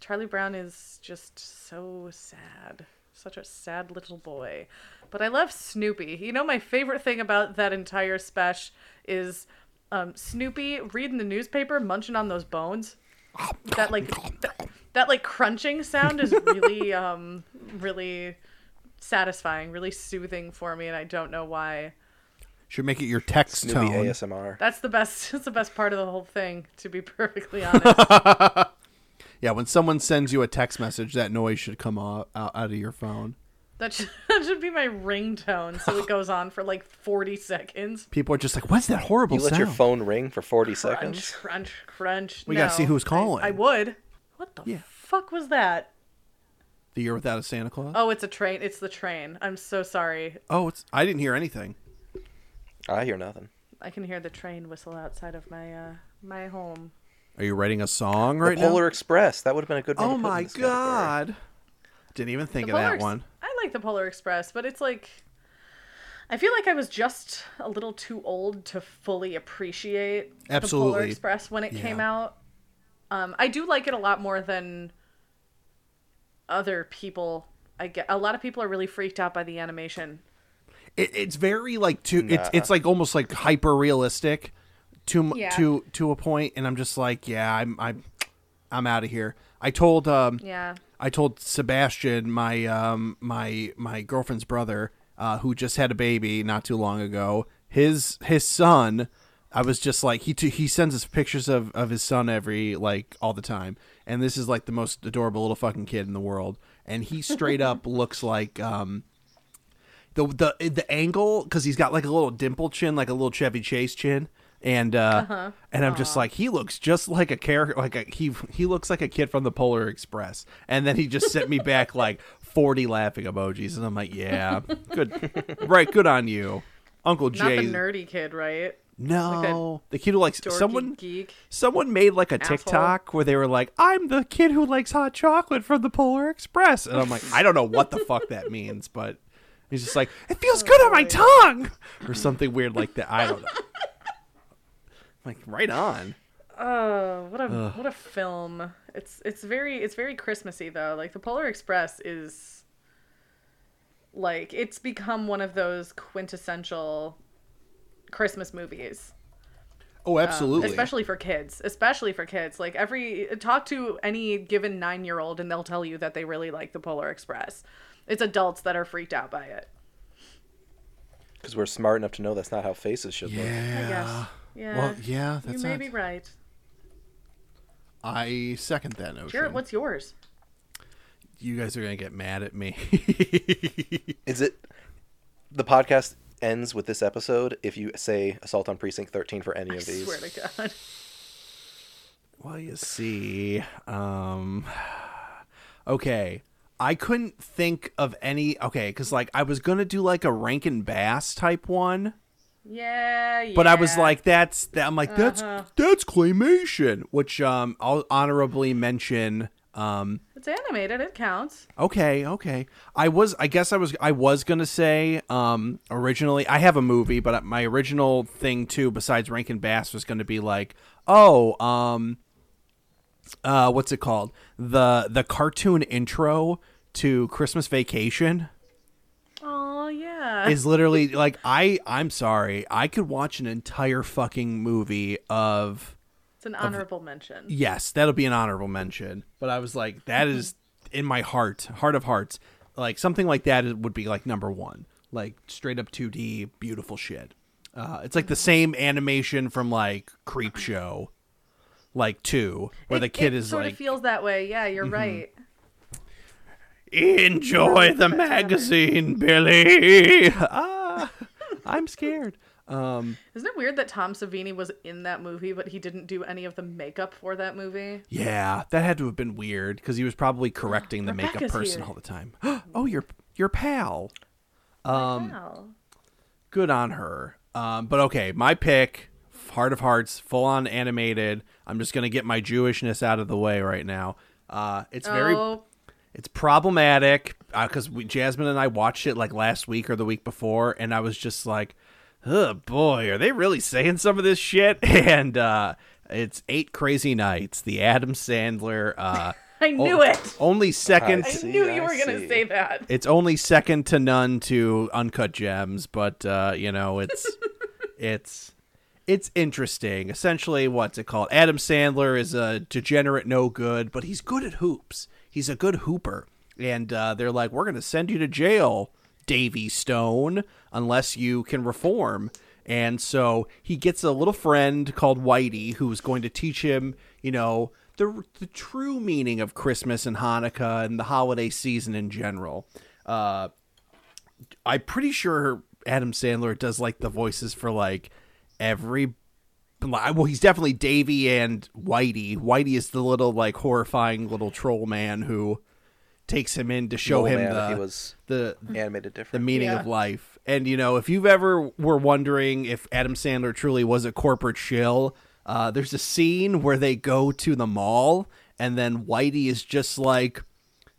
Speaker 3: Charlie Brown is just so sad. Such a sad little boy. But I love Snoopy. You know, my favorite thing about that entire spesh is um, Snoopy reading the newspaper, munching on those bones. That like that, that like crunching sound is really um really satisfying, really soothing for me, and I don't know why.
Speaker 5: Should make it your text
Speaker 4: Snoopy
Speaker 5: tone.
Speaker 4: ASMR.
Speaker 3: That's the best. That's the best part of the whole thing, to be perfectly honest.
Speaker 5: Yeah, when someone sends you a text message, that noise should come out, out, out of your phone.
Speaker 3: that, should, that should be my ringtone. So it goes on for like forty seconds.
Speaker 5: People are just like, "What's that horrible
Speaker 4: You let
Speaker 5: sound?"
Speaker 4: your phone ring for 40
Speaker 3: Crunch,
Speaker 4: seconds.
Speaker 3: crunch, crunch.
Speaker 5: We gotta
Speaker 3: No,
Speaker 5: see who's
Speaker 3: I-
Speaker 5: calling.
Speaker 3: I, would. What the
Speaker 5: Yeah.
Speaker 3: fuck was that?
Speaker 5: the year without a Santa Claus.
Speaker 3: Oh, it's a train. It's the train. I'm so sorry.
Speaker 5: Oh, it's I didn't hear anything.
Speaker 4: I hear nothing.
Speaker 3: I can hear the train whistle outside of my uh my home.
Speaker 5: Are you writing a song right
Speaker 4: Polar
Speaker 5: now?
Speaker 4: Express. That would have been a good one. to
Speaker 5: Oh
Speaker 4: put in
Speaker 5: my
Speaker 4: this category.
Speaker 5: god! Didn't even think of
Speaker 3: Polar
Speaker 5: that
Speaker 3: Ex-
Speaker 5: one.
Speaker 3: I like the Polar Express, but it's like I feel like I was just a little too old to fully appreciate the Polar
Speaker 5: Absolutely.
Speaker 3: Express when it came
Speaker 5: Yeah.
Speaker 3: out. Um, I do like it a lot more than other people. I get a lot of people are really freaked out by the animation.
Speaker 5: It, it's very like too. It's it's like almost like hyper realistic, to m
Speaker 3: Yeah.
Speaker 5: to to a point, and I'm just like, yeah, I'm I'm I'm out of here. I told um
Speaker 3: Yeah,
Speaker 5: I told Sebastian, my um, my my girlfriend's brother, uh, who just had a baby not too long ago. His his son, I was just like he t- he sends us pictures of of his son every like all the time, and this is like the most adorable little fucking kid in the world, and he straight up looks like um. The, the the angle because he's got like a little dimple chin like a little Chevy Chase chin and uh
Speaker 3: Uh-huh.
Speaker 5: and I'm just like he looks just like a character like a, he he looks like a kid from the Polar Express and then he just sent me back like 40 laughing emojis and I'm like yeah good right good on you Uncle
Speaker 3: not
Speaker 5: Jay
Speaker 3: the nerdy kid, right?
Speaker 5: no the kid who likes
Speaker 3: Dorky
Speaker 5: someone
Speaker 3: geek.
Speaker 5: someone made like a
Speaker 3: Asshole.
Speaker 5: TikTok where they were like I'm the kid who likes hot chocolate from the Polar Express and I'm like I don't know what the fuck that means but he's just like it feels
Speaker 3: Oh,
Speaker 5: good on my tongue or something weird like that I don't know like right on.
Speaker 3: Oh, what a what a film! It's it's very it's very Christmassy though. Like the Polar Express is like it's become one of those quintessential Christmas movies,
Speaker 5: Oh, absolutely.
Speaker 3: especially for kids. Especially for kids. Like every talk to any given nine year old, and they'll tell you that they really like the Polar Express. It's adults that are freaked out by it.
Speaker 4: Because we're smart enough to know that's not how faces should look.
Speaker 3: I
Speaker 5: yeah.
Speaker 3: guess. Yeah.
Speaker 5: Well, yeah,
Speaker 3: you
Speaker 5: that's
Speaker 3: may
Speaker 5: not-
Speaker 3: be right.
Speaker 5: I second that notion.
Speaker 3: Jared, what's yours?
Speaker 5: you guys are gonna get mad at me.
Speaker 4: Is it the podcast ends with this episode if you say Assault on Precinct 13 for any
Speaker 3: I
Speaker 4: of these?
Speaker 3: swear to God.
Speaker 5: well, you see, um, okay, I couldn't think of any. Okay, because like I was gonna do like a Rankin Bass type one,
Speaker 3: Yeah, yeah.
Speaker 5: but I was like, that's that. I'm like, that's that's claymation, which um, I'll honorably mention. Um,
Speaker 3: it's animated. It counts.
Speaker 5: Okay, okay. I was I guess I was I was going to say um originally I have a movie but my original thing too besides Rankin Bass was going to be like, "Oh, um uh what's it called? The the cartoon intro to Christmas Vacation
Speaker 3: Oh yeah.
Speaker 5: is literally like I I'm sorry. I could watch an entire fucking movie of
Speaker 3: It's an honorable mention.
Speaker 5: yes, that'll be an honorable mention. But I was like, that is in my heart, heart of hearts. Like something like that would be like number one, like straight up 2D, beautiful shit. Uh, it's like the same animation from like Creep Show, like two, where the kid
Speaker 3: is
Speaker 5: is
Speaker 3: sort
Speaker 5: like, Mm-hmm.
Speaker 3: of feels that way. Yeah, you're right.
Speaker 5: enjoy the magazine, Billy. ah, I'm scared. Uh,
Speaker 3: Isn't it weird that Tom Savini was in that movie, but he didn't do any of the makeup for that movie?
Speaker 5: Yeah, that had to have been weird because he was probably correcting the makeup
Speaker 3: Rebecca's
Speaker 5: person
Speaker 3: here.
Speaker 5: all the time. oh, your your pal.
Speaker 3: wow.
Speaker 5: good on her. Um, but okay, Um, my pick Heart of Hearts, full on animated. I'm just gonna get my Jewishness out of the way right now. Uh, it's very
Speaker 3: oh,
Speaker 5: it's problematic because we Jasmine and I watched it like last week or the week before, and I was just like, "Oh boy, are they really saying some of this shit?" And uh, it's Eight Crazy Nights, the Adam Sandler. Uh,
Speaker 3: I knew it.
Speaker 5: Only second.
Speaker 4: I
Speaker 3: I
Speaker 4: see,
Speaker 3: knew you
Speaker 4: I
Speaker 3: were going
Speaker 4: see.
Speaker 3: to say that.
Speaker 5: It's only second to none to Uncut Gems, but uh, you know it's it's it's interesting. Essentially, what's it called? Adam Sandler is a degenerate, no good, but he's good at hoops. He's a good hooper, and uh, they're like, "We're gonna send you to jail, Davy Stone, unless you can reform." And so he gets a little friend called Whitey, who is going to teach him, you know, the the true meaning of Christmas and Hanukkah and the holiday season in general. Uh, I'm pretty sure Adam Sandler does like the voices for like every. Well, he's definitely Davy and Whitey. Whitey is the little like horrifying little troll man who takes him in to show
Speaker 4: Mole
Speaker 5: him
Speaker 4: Oh, Man,
Speaker 5: the
Speaker 4: he was
Speaker 5: the
Speaker 4: animated
Speaker 5: the
Speaker 4: different.
Speaker 5: meaning
Speaker 3: Yeah.
Speaker 5: of life. And you know, if you've ever were wondering if Adam Sandler truly was a corporate shill, uh, there's a scene where they go to the mall, and then Whitey is just like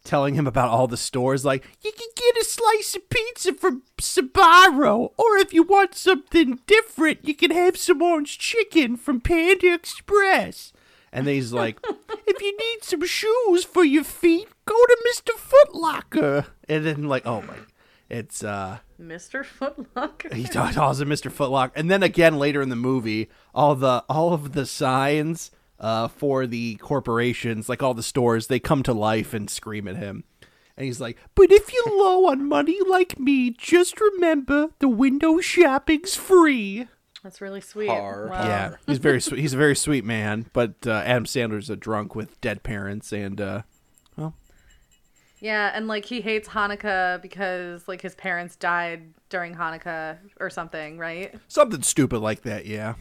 Speaker 5: telling him about all the stores. Like, you can get a slice of pizza from Sabaro, or if you want something different, you can have some orange chicken from Panda Express. And then he's like, if you need some shoes for your feet, go to Mr. Footlocker. And then like, oh my, it's uh,
Speaker 3: Mr. Footlocker.
Speaker 5: he ta- calls him Mr. Footlock. And then again later in the movie, all the all of the signs uh for the corporations, like all the stores, they come to life and scream at him. And he's like, "But if you're low on money like me, just remember the window shopping's free."
Speaker 3: That's really sweet.
Speaker 4: Har.
Speaker 3: Wow.
Speaker 5: Yeah, he's very sweet. He's a very sweet man, but uh, Adam Sandler's a drunk with dead parents, and uh,
Speaker 3: Yeah, and like he hates Hanukkah because like his parents died during Hanukkah or something, right?
Speaker 5: something stupid like that. Yeah,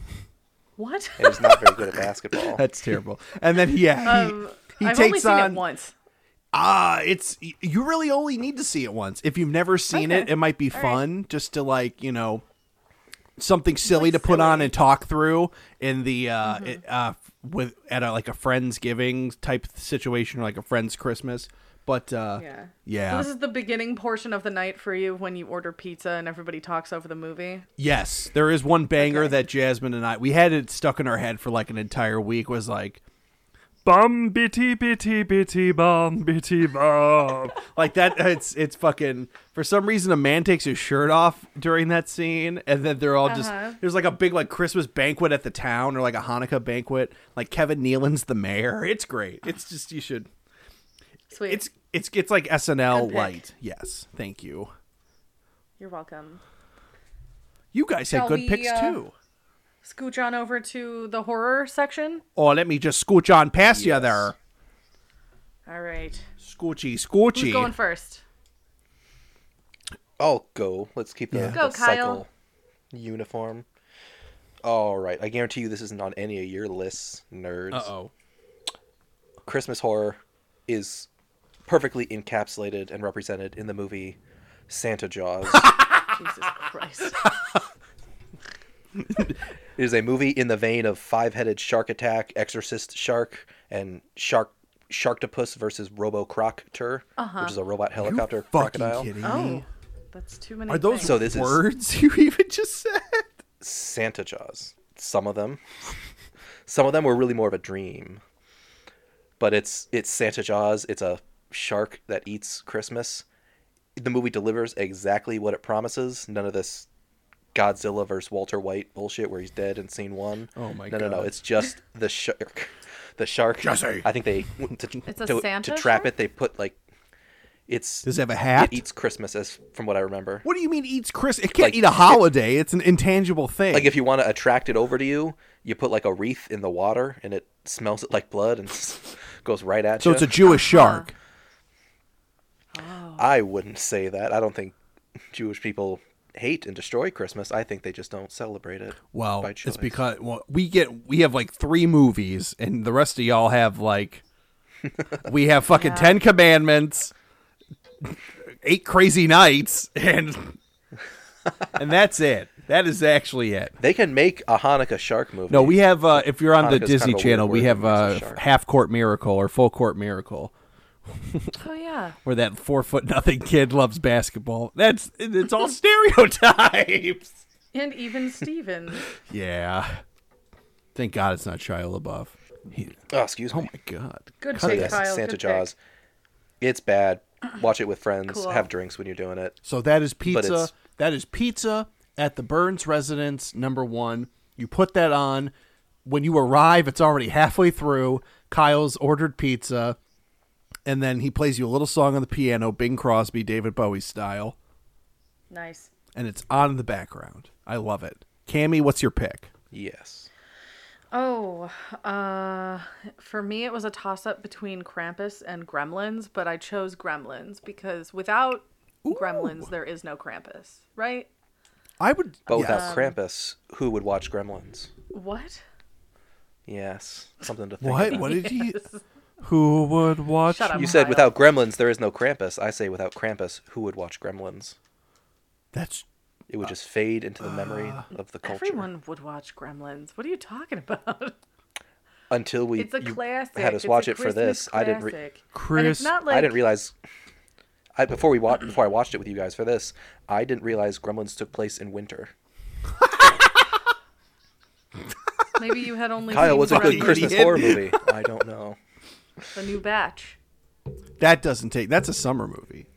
Speaker 3: What?
Speaker 4: He was not very good at basketball.
Speaker 5: that's terrible. And then yeah, he, he
Speaker 3: Um, I've only
Speaker 5: takes
Speaker 3: seen
Speaker 5: on
Speaker 3: it once.
Speaker 5: ah, it's y- you really only need to see it once. If you've never seen it,
Speaker 3: Okay.
Speaker 5: it might be fun just to like you know something silly to put on and talk through in the uh,
Speaker 3: Mm-hmm.
Speaker 5: it, uh with at a, like a friends giving type situation or like a friends Christmas. But uh,
Speaker 3: Yeah.
Speaker 5: yeah.
Speaker 3: So this is the beginning portion of the night for you when you order pizza and everybody talks over the movie.
Speaker 5: Yes, there is one banger that Jasmine and I we had it stuck in our head for like an entire week. Was like,
Speaker 2: Bum bitty bitty bitty bum bitty bum.
Speaker 5: like that. It's it's fucking. For some reason, a man takes his shirt off during that scene, and then they're all just
Speaker 3: Uh-huh.
Speaker 5: there's like a big like Christmas banquet at the town or like a Hanukkah banquet. Like Kevin Nealon's the mayor. It's great. It's just you should.
Speaker 3: Sweet.
Speaker 5: It's it's it's like SNL
Speaker 3: Good pick.
Speaker 5: light. Yes, thank you.
Speaker 3: You're welcome.
Speaker 5: You guys had
Speaker 3: Shall
Speaker 5: good
Speaker 3: we,
Speaker 5: picks
Speaker 3: uh,
Speaker 5: too.
Speaker 3: Scooch on over to the horror section.
Speaker 5: Oh, let me just scooch on past you
Speaker 4: Yes.
Speaker 5: there.
Speaker 3: All right.
Speaker 5: Scoochy,
Speaker 3: Who's
Speaker 5: scoochy.
Speaker 3: going first?
Speaker 4: I'll Oh, go. Let's keep the,
Speaker 5: Yeah.
Speaker 3: Go,
Speaker 4: the
Speaker 3: Kyle.
Speaker 4: cycle uniform. All right. I guarantee you this isn't on any of your lists, nerds.
Speaker 5: Uh oh.
Speaker 4: Christmas horror is perfectly encapsulated and represented in the movie Santa Jaws.
Speaker 3: Jesus Christ.
Speaker 4: It is a movie in the vein of Five Headed Shark Attack, Exorcist Shark, and Shark Sharktopus versus Robo Crocter,
Speaker 3: Uh-huh.
Speaker 4: which is a robot helicopter crocodile.
Speaker 5: kidding
Speaker 3: Oh, that's too many.
Speaker 5: Are those
Speaker 3: things.
Speaker 4: So this is-
Speaker 5: words you even just said?
Speaker 4: Santa Jaws. Some of them, some of them were really more of a dream. But it's it's Santa Jaws. It's a shark that eats Christmas. The movie delivers exactly what it promises. None of this Godzilla versus Walter White bullshit where he's dead in scene one.
Speaker 5: Oh my
Speaker 4: no, No, no,
Speaker 5: God.
Speaker 4: It's just the shark. The shark.
Speaker 5: Jesse.
Speaker 4: I think they to,
Speaker 3: It's a
Speaker 4: to,
Speaker 3: Santa
Speaker 4: to trap
Speaker 3: shark?
Speaker 4: it. They put like it's
Speaker 5: Does it have a
Speaker 4: it
Speaker 5: hat?
Speaker 4: eats Christmas as from what I remember.
Speaker 5: what do you mean eats Chris? It can't
Speaker 4: Like,
Speaker 5: eat a holiday. It's an intangible thing.
Speaker 4: Like if you want to attract it over to you, you put like a wreath in the water, and it smells it like blood and goes right at
Speaker 5: so
Speaker 4: you.
Speaker 5: it's a Jewish shark.
Speaker 3: Oh.
Speaker 4: I wouldn't say that. I don't think Jewish people hate and destroy Christmas. I think they just don't celebrate it.
Speaker 5: Well,
Speaker 4: by choice.
Speaker 5: it's because well, we get we have like three movies, and the rest of y'all have like we have fucking Ten Commandments, Eight Crazy Nights, and and that's it. That is actually it.
Speaker 4: They can make a Hanukkah shark movie.
Speaker 5: No, we have. Uh, if you're on the
Speaker 4: Hanukkah's kind
Speaker 5: Disney
Speaker 4: of a
Speaker 5: Channel,
Speaker 4: weird
Speaker 5: we
Speaker 4: word
Speaker 5: have
Speaker 4: when it's a
Speaker 5: uh,
Speaker 4: shark.
Speaker 5: Half Court Miracle or Full Court Miracle,
Speaker 3: Oh yeah.
Speaker 5: where that four foot nothing kid loves basketball. That's it's all stereotypes.
Speaker 3: And even Steven.
Speaker 5: Yeah. Thank God it's not Shia LaBeouf. He,
Speaker 4: Oh, excuse
Speaker 5: oh
Speaker 4: me.
Speaker 5: my God.
Speaker 3: Good
Speaker 5: Cut
Speaker 3: pick,
Speaker 4: Yes,
Speaker 5: that.
Speaker 3: Kyle.
Speaker 4: Santa
Speaker 3: good
Speaker 4: Jaws. It's bad. Watch it with friends.
Speaker 3: Cool.
Speaker 4: Have drinks when you're doing it.
Speaker 5: So that is pizza.
Speaker 4: it's-
Speaker 5: That is pizza at the Burns residence number one. You put that on. When you arrive, it's already halfway through. Kyle's ordered pizza, and then he plays you a little song on the piano, Bing Crosby, David Bowie style,
Speaker 3: Pick. Nice.
Speaker 5: and it's on in the background. I love it. Cammy, what's your pick?
Speaker 4: Yes.
Speaker 3: Oh, uh, for me it was a toss-up between Krampus and Gremlins, but I chose Gremlins because without Gremlins there is no Krampus, right?
Speaker 5: I would.
Speaker 4: But
Speaker 5: yes.
Speaker 3: Um,
Speaker 4: without Krampus, who would watch Gremlins?
Speaker 3: What?
Speaker 4: Yes. Something to think
Speaker 5: What?
Speaker 4: about.
Speaker 5: What did he? Who would watch?
Speaker 3: Shut up.
Speaker 4: You said
Speaker 3: Kyle.
Speaker 4: without Gremlins, there is no Krampus. I say without Krampus, who would watch Gremlins?
Speaker 5: That's
Speaker 4: It would just fade into the memory of the culture
Speaker 3: Everyone would watch Gremlins. What are you talking about?
Speaker 4: until we
Speaker 3: It's a
Speaker 4: you
Speaker 3: classic.
Speaker 4: had us
Speaker 3: It's
Speaker 4: watch
Speaker 3: a
Speaker 4: it for
Speaker 3: Christmas
Speaker 4: this. I didn't. Re-
Speaker 3: classic.
Speaker 5: Chris-
Speaker 3: And it's not like
Speaker 4: I didn't realize. I, before we watched, before I watched it with you guys for this, I didn't realize Gremlins took place in winter.
Speaker 3: maybe you had only
Speaker 4: Kyle,
Speaker 3: seen
Speaker 4: what's a good
Speaker 3: Gremlins,
Speaker 4: Christmas
Speaker 5: idiot.
Speaker 4: horror movie? I don't know.
Speaker 3: the new batch.
Speaker 5: that doesn't take. That's a summer movie.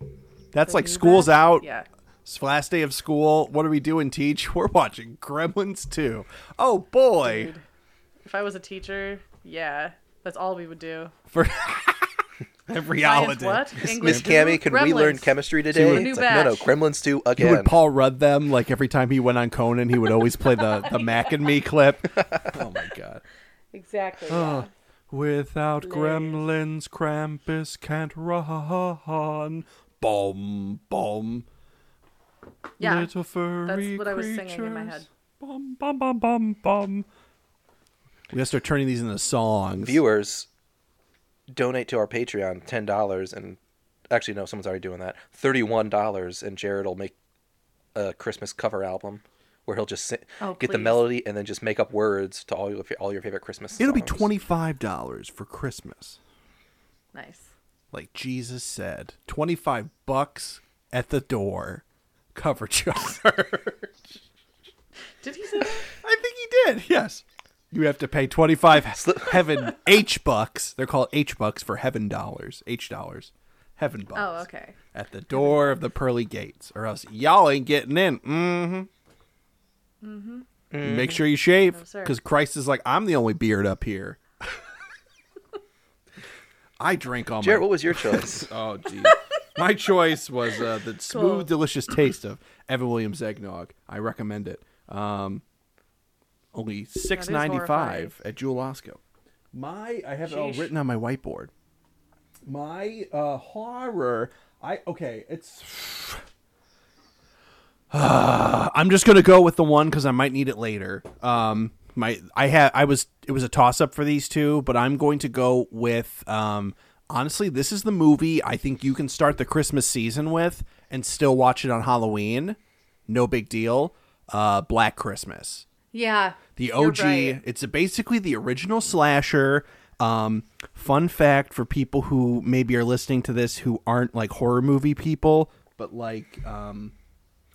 Speaker 5: That's
Speaker 3: The
Speaker 5: like
Speaker 3: new
Speaker 5: school's
Speaker 3: batch?
Speaker 5: out.
Speaker 3: Yeah.
Speaker 5: It's last day of school. What are we doing, teach? We're watching Gremlins 2. Oh boy.
Speaker 3: If I was a teacher, yeah, that's all we would do.
Speaker 5: For every
Speaker 3: Science,
Speaker 5: holiday.
Speaker 3: what? English
Speaker 4: Miss
Speaker 3: who?
Speaker 4: Cammy, can we learn
Speaker 3: Gremlins.
Speaker 4: chemistry
Speaker 3: what-
Speaker 4: today?
Speaker 3: New
Speaker 4: It's like, no, no,
Speaker 3: batch.
Speaker 4: Gremlins 2
Speaker 5: He
Speaker 4: again.
Speaker 5: would Paul Rudd them like every time he went on Conan, he would always play the the Mac and Me clip. Oh my god.
Speaker 3: Exactly. yeah.
Speaker 5: Without Gremlins, Krampus can't run. Boom, boom.
Speaker 3: Yeah.
Speaker 5: Little furry
Speaker 3: That's what I was singing in my head.
Speaker 5: Bum, bum, bum, bum, bum. We gotta start turning these into songs.
Speaker 4: Viewers, donate to our Patreon $10 and actually, no, someone's already doing that. $31 and Jared will make a Christmas cover album where he'll just sit,
Speaker 3: Oh,
Speaker 4: get the
Speaker 3: please.
Speaker 4: melody and then just make up words to all your, all your favorite Christmas
Speaker 5: It'll be
Speaker 4: songs.
Speaker 5: twenty five dollars for Christmas,
Speaker 3: Nice.
Speaker 5: like Jesus said. Twenty five bucks at the door, cover charge.
Speaker 3: Did he say that?
Speaker 5: I think he did. Yes, you have to pay twenty five heaven H bucks. They're called H bucks for heaven dollars. H dollars, heaven bucks.
Speaker 3: Oh, okay.
Speaker 5: At the door of the pearly gates, or else y'all ain't getting in. Mm-hmm. Mm-hmm. Make sure you shave,
Speaker 3: No, sir.
Speaker 5: because Christ is like, I'm the only beard up here. I drink all
Speaker 4: Jared,
Speaker 5: my
Speaker 4: what was your choice?
Speaker 5: Oh, geez. My choice was uh, the smooth, delicious taste of Evan Williams eggnog. I recommend it. Um, only six ninety
Speaker 3: horrifying.
Speaker 5: five at Jewel Osco. My, I have it all
Speaker 3: Sheesh.
Speaker 5: written on my whiteboard. My uh, horror. I okay. It's. I'm just gonna go with the one because I might need it later. Um, my I had I was it was a toss up for these two, but I'm going to go with um. Honestly, this is the movie I think you can start the Christmas season with and still watch it on Halloween. No big deal. Uh, Black Christmas.
Speaker 3: Yeah.
Speaker 5: The
Speaker 3: You're
Speaker 5: OG.
Speaker 3: right.
Speaker 5: It's basically the original slasher. Um, fun fact for people who maybe are listening to this who aren't like horror movie people, but like um,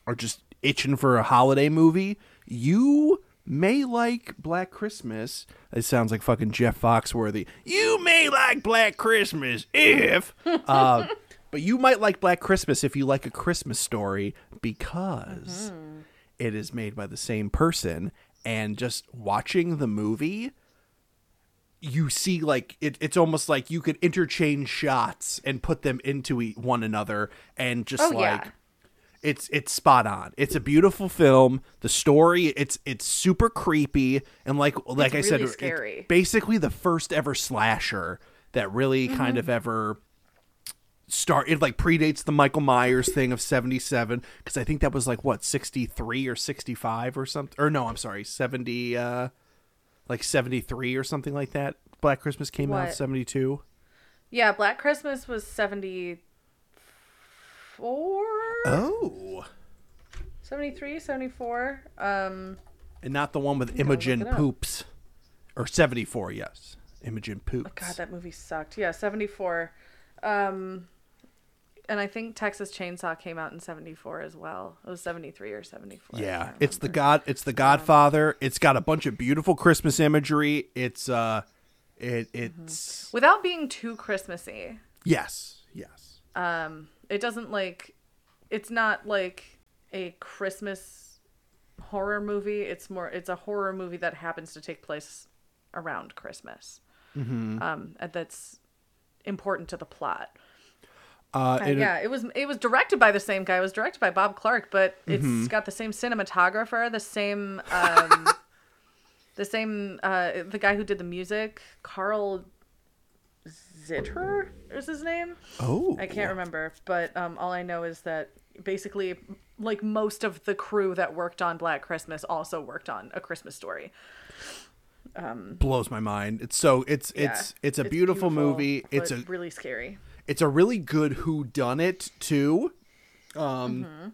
Speaker 5: are just itching for a holiday movie. You may like Black Christmas. It sounds like fucking Jeff Foxworthy. You may like Black Christmas if. Uh, But you might like Black Christmas if you like a Christmas story because
Speaker 3: Mm-hmm.
Speaker 5: it is made by the same person and just watching the movie you see like it, it's almost like you could interchange shots and put them into e- one another and just
Speaker 3: Oh,
Speaker 5: like
Speaker 3: yeah.
Speaker 5: it's it's spot on it's a beautiful film the story it's it's super creepy and like like i said
Speaker 3: really
Speaker 5: it's
Speaker 3: scary.
Speaker 5: basically the first ever slasher that really kind
Speaker 3: Mm-hmm.
Speaker 5: of ever start it like predates the Michael Myers thing of 77 cuz I think that was like what 63 or 65 or something or no I'm sorry 70 uh like 73 or something like that Black Christmas came out in
Speaker 3: What?
Speaker 5: 72
Speaker 3: Yeah, Black Christmas was 74.
Speaker 5: Oh
Speaker 3: 73, 74. Um,
Speaker 5: and not the one with Imogen
Speaker 3: it up.
Speaker 5: Poops, or seventy four. Yes, Imogen Poops.
Speaker 3: Oh, God, that movie sucked. Yeah, 74. Um, and I think Texas Chainsaw came out in 74 as well. It was 73 or 74. I
Speaker 5: yeah,
Speaker 3: can't
Speaker 5: it's the
Speaker 3: remember.
Speaker 5: God. It's the Godfather. It's got a bunch of beautiful Christmas imagery. It's uh, it it's
Speaker 3: Without being too Christmassy.
Speaker 5: yes, yes.
Speaker 3: It doesn't like it's not like a Christmas horror movie. It's more it's a horror movie that happens to take place around Christmas.
Speaker 5: Mm-hmm.
Speaker 3: Um and that's important to the plot.
Speaker 5: Uh,
Speaker 3: Uh,
Speaker 5: it-
Speaker 3: yeah, it was it was directed by the same guy. It was directed by Bob Clark, but it's
Speaker 5: Mm-hmm.
Speaker 3: got the same cinematographer, the same um, the same uh, the guy who did the music, Carl Zitter is his name.
Speaker 5: oh,
Speaker 3: I can't remember, but um, all I know is that basically, like most of the crew that worked on Black Christmas also worked on A Christmas Story.
Speaker 5: blows my mind. It's so it's
Speaker 3: Yeah,
Speaker 5: it's it's a beautiful, movie. It's
Speaker 3: but
Speaker 5: a
Speaker 3: really scary.
Speaker 5: it's a really good who done it too. Um,
Speaker 3: Mm-hmm.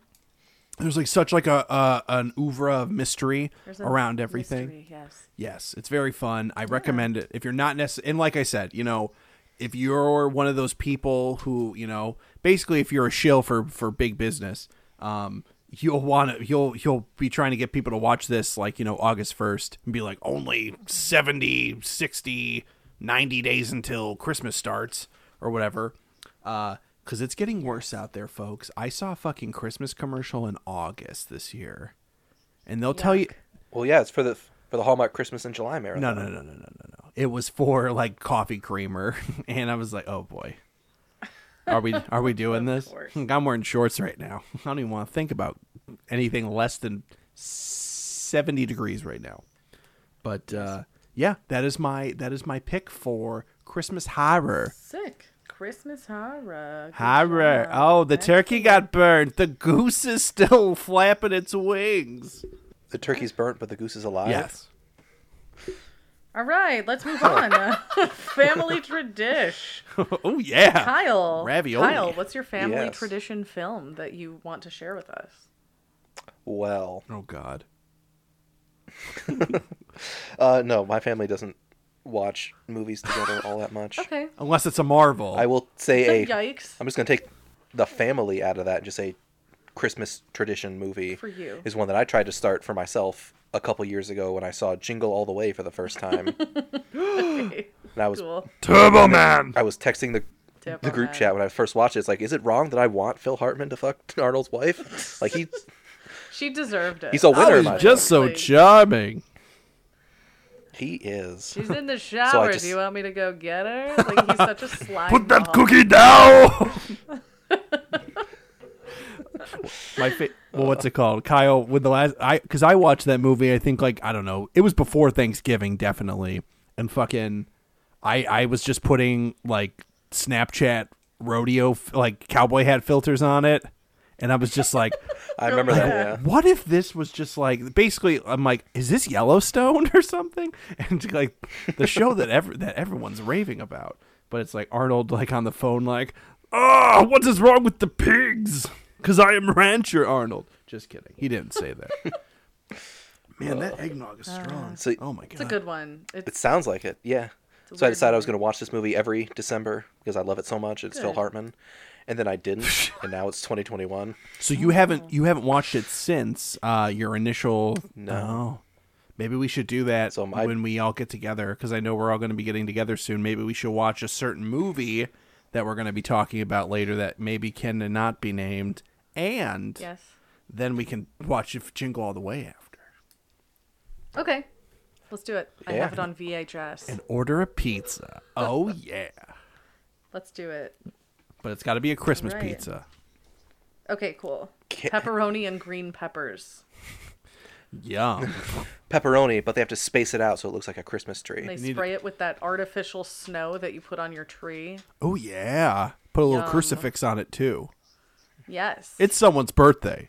Speaker 5: there's like such like a, a an oeuvre of mystery
Speaker 3: a
Speaker 5: around everything.
Speaker 3: Mystery, yes.
Speaker 5: Yes, it's very fun. I recommend it if you're not necessarily. And like I said, you know, if you're one of those people who, you know, basically if you're a shill for for big business, um, you'll want to you'll you'll be trying to get people to watch this like you know August first and be like only 70, 60, 90 days until Christmas starts or whatever. Uh, Cause it's getting worse out there, folks. I saw a fucking Christmas commercial in August this year, and they'll tell you
Speaker 4: Well, yeah, it's for the for the Hallmark Christmas in July marathon.
Speaker 5: no, no, no, no, no, no, no. It was for like coffee creamer, and I was like, oh boy, are we are we doing this?
Speaker 3: course.
Speaker 5: I'm wearing shorts right now. I don't even want to think about anything less than seventy degrees right now. But uh, yeah, that is my that is my pick for Christmas horror.
Speaker 3: Sick. Christmas horror. Good
Speaker 5: Horror.
Speaker 3: job.
Speaker 5: Oh, the
Speaker 3: Excellent.
Speaker 5: turkey got burned. The goose is still flapping its wings.
Speaker 4: The turkey's burnt, but the goose is alive.
Speaker 3: All right, let's move on. Uh, family tradition.
Speaker 5: oh yeah.
Speaker 3: Kyle.
Speaker 5: Ravioli.
Speaker 3: Kyle, what's your family
Speaker 4: Yes.
Speaker 3: tradition film that you want to share with us?
Speaker 4: Well,
Speaker 5: Oh god.
Speaker 4: uh, no, my family doesn't watch movies together all that much.
Speaker 3: Okay.
Speaker 5: Unless it's a Marvel.
Speaker 4: I will say a.
Speaker 3: Yikes.
Speaker 4: I'm just gonna take the family out of that and just say Christmas tradition movie
Speaker 3: For you.
Speaker 4: is one that I tried to start for myself a couple years ago when I saw Jingle All the Way for the first time. and I was
Speaker 3: Cool.
Speaker 2: Turbo Man!
Speaker 4: I was texting the
Speaker 3: Tip
Speaker 4: the
Speaker 3: on
Speaker 4: group
Speaker 3: that.
Speaker 4: chat when I first watched it. It's like, is it wrong that I want Phil Hartman to fuck Arnold's wife? Like he
Speaker 3: She deserved it.
Speaker 4: he's a winner. in
Speaker 5: She's
Speaker 4: my
Speaker 5: just so
Speaker 3: Like-
Speaker 5: charming.
Speaker 4: book. He is.
Speaker 3: She's in the shower.
Speaker 4: just-
Speaker 3: Do you want me to go get her? Like he's such a slime.
Speaker 2: Put that
Speaker 3: ball.
Speaker 2: cookie down!
Speaker 5: My fa- well, what's it called, Kyle? With the last, I because I watched that movie. I think like I don't know. It was before Thanksgiving, definitely. And fucking, I I was just putting like Snapchat rodeo f- like cowboy hat filters on it, and I was just like,
Speaker 4: I remember that. Yeah.
Speaker 5: what if this was just like basically? I'm like, is this Yellowstone or something? And like the show that ever that everyone's raving about, but it's like Arnold like on the phone like, oh, what is wrong with the pigs? Because I am rancher Arnold. Just kidding. He didn't say that. Man, that eggnog is strong.
Speaker 4: So
Speaker 5: oh my god.
Speaker 3: It's a good one. It's
Speaker 4: it sounds like it. Yeah. So I
Speaker 3: weird
Speaker 4: decided I was
Speaker 3: movie.
Speaker 4: going to watch this movie every December because I love it so much. It's Phil
Speaker 3: Good.
Speaker 4: Hartman, and then I didn't, and now it's 2021.
Speaker 5: So you haven't you haven't watched it since uh, your initial
Speaker 4: No.
Speaker 5: Oh. Maybe we should do that
Speaker 4: So my-
Speaker 5: when we all get together because I know we're all going to be getting together soon. Maybe we should watch a certain movie that we're going to be talking about later that maybe can and not be named, and
Speaker 3: yes.
Speaker 5: then we can watch it jingle all the way after
Speaker 3: Okay. Let's do it. I
Speaker 4: Yeah.
Speaker 3: have it on VHS.
Speaker 5: and order a pizza. oh yeah,
Speaker 3: Let's do it.
Speaker 5: but it's got to be a Christmas
Speaker 3: Right.
Speaker 5: pizza.
Speaker 3: Okay, cool.
Speaker 4: Ca-
Speaker 3: Pepperoni and green peppers.
Speaker 5: Yum.
Speaker 4: Pepperoni, but they have to space it out so it looks like a Christmas tree.
Speaker 3: They
Speaker 5: need-
Speaker 3: spray it with that artificial snow that you put on your tree.
Speaker 5: oh yeah. Put a little
Speaker 3: Yum.
Speaker 5: crucifix on it too.
Speaker 3: Yes.
Speaker 5: It's someone's birthday.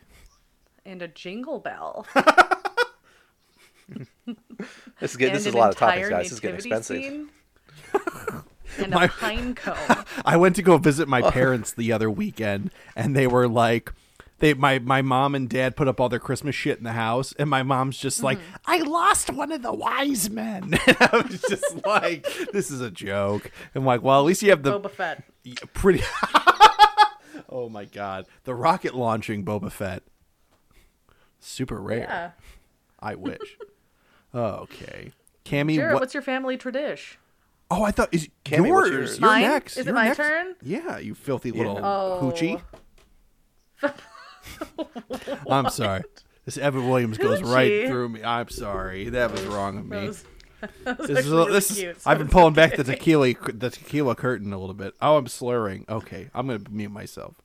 Speaker 3: and a jingle bell.
Speaker 4: This is getting,
Speaker 3: and
Speaker 4: this is
Speaker 3: an
Speaker 4: a lot of topics,
Speaker 3: entire
Speaker 4: guys. This is getting
Speaker 3: nativity
Speaker 4: expensive.
Speaker 3: scene. and a pine cone. Oh.
Speaker 5: I went to go visit my parents the other weekend, and they were like, they my my mom and dad put up all their Christmas shit in the house, and my mom's just like,
Speaker 3: Mm-hmm.
Speaker 5: "I lost one of the wise men." and I was just like, "This is a joke." I'm like, "Well, at least you have the
Speaker 3: Boba Fett.
Speaker 5: pretty." oh my god, the rocket launching Boba Fett, super rare.
Speaker 3: Yeah.
Speaker 5: I wish. okay, Cammy.
Speaker 3: Jared,
Speaker 5: what-
Speaker 3: what's your family tradition?
Speaker 5: oh, I thought is
Speaker 4: Cammy, what's
Speaker 5: yours.
Speaker 4: yours?
Speaker 5: You're
Speaker 3: Mine?
Speaker 5: next.
Speaker 3: Is it
Speaker 5: You're
Speaker 3: my
Speaker 5: next.
Speaker 3: turn?
Speaker 5: Yeah, you filthy little
Speaker 3: Oh.
Speaker 5: hoochie. I'm sorry. This Evan Williams goes right
Speaker 3: Hoochie?
Speaker 5: through me. I'm sorry. That was wrong of
Speaker 3: That
Speaker 5: me.
Speaker 3: was, that was
Speaker 5: This is,
Speaker 3: actually really
Speaker 5: this is-
Speaker 3: cute. so
Speaker 5: I've been
Speaker 3: it's
Speaker 5: pulling back the
Speaker 3: okay.
Speaker 5: tequila the tequila curtain a little bit. Oh, I'm slurring. Okay, I'm gonna mute myself.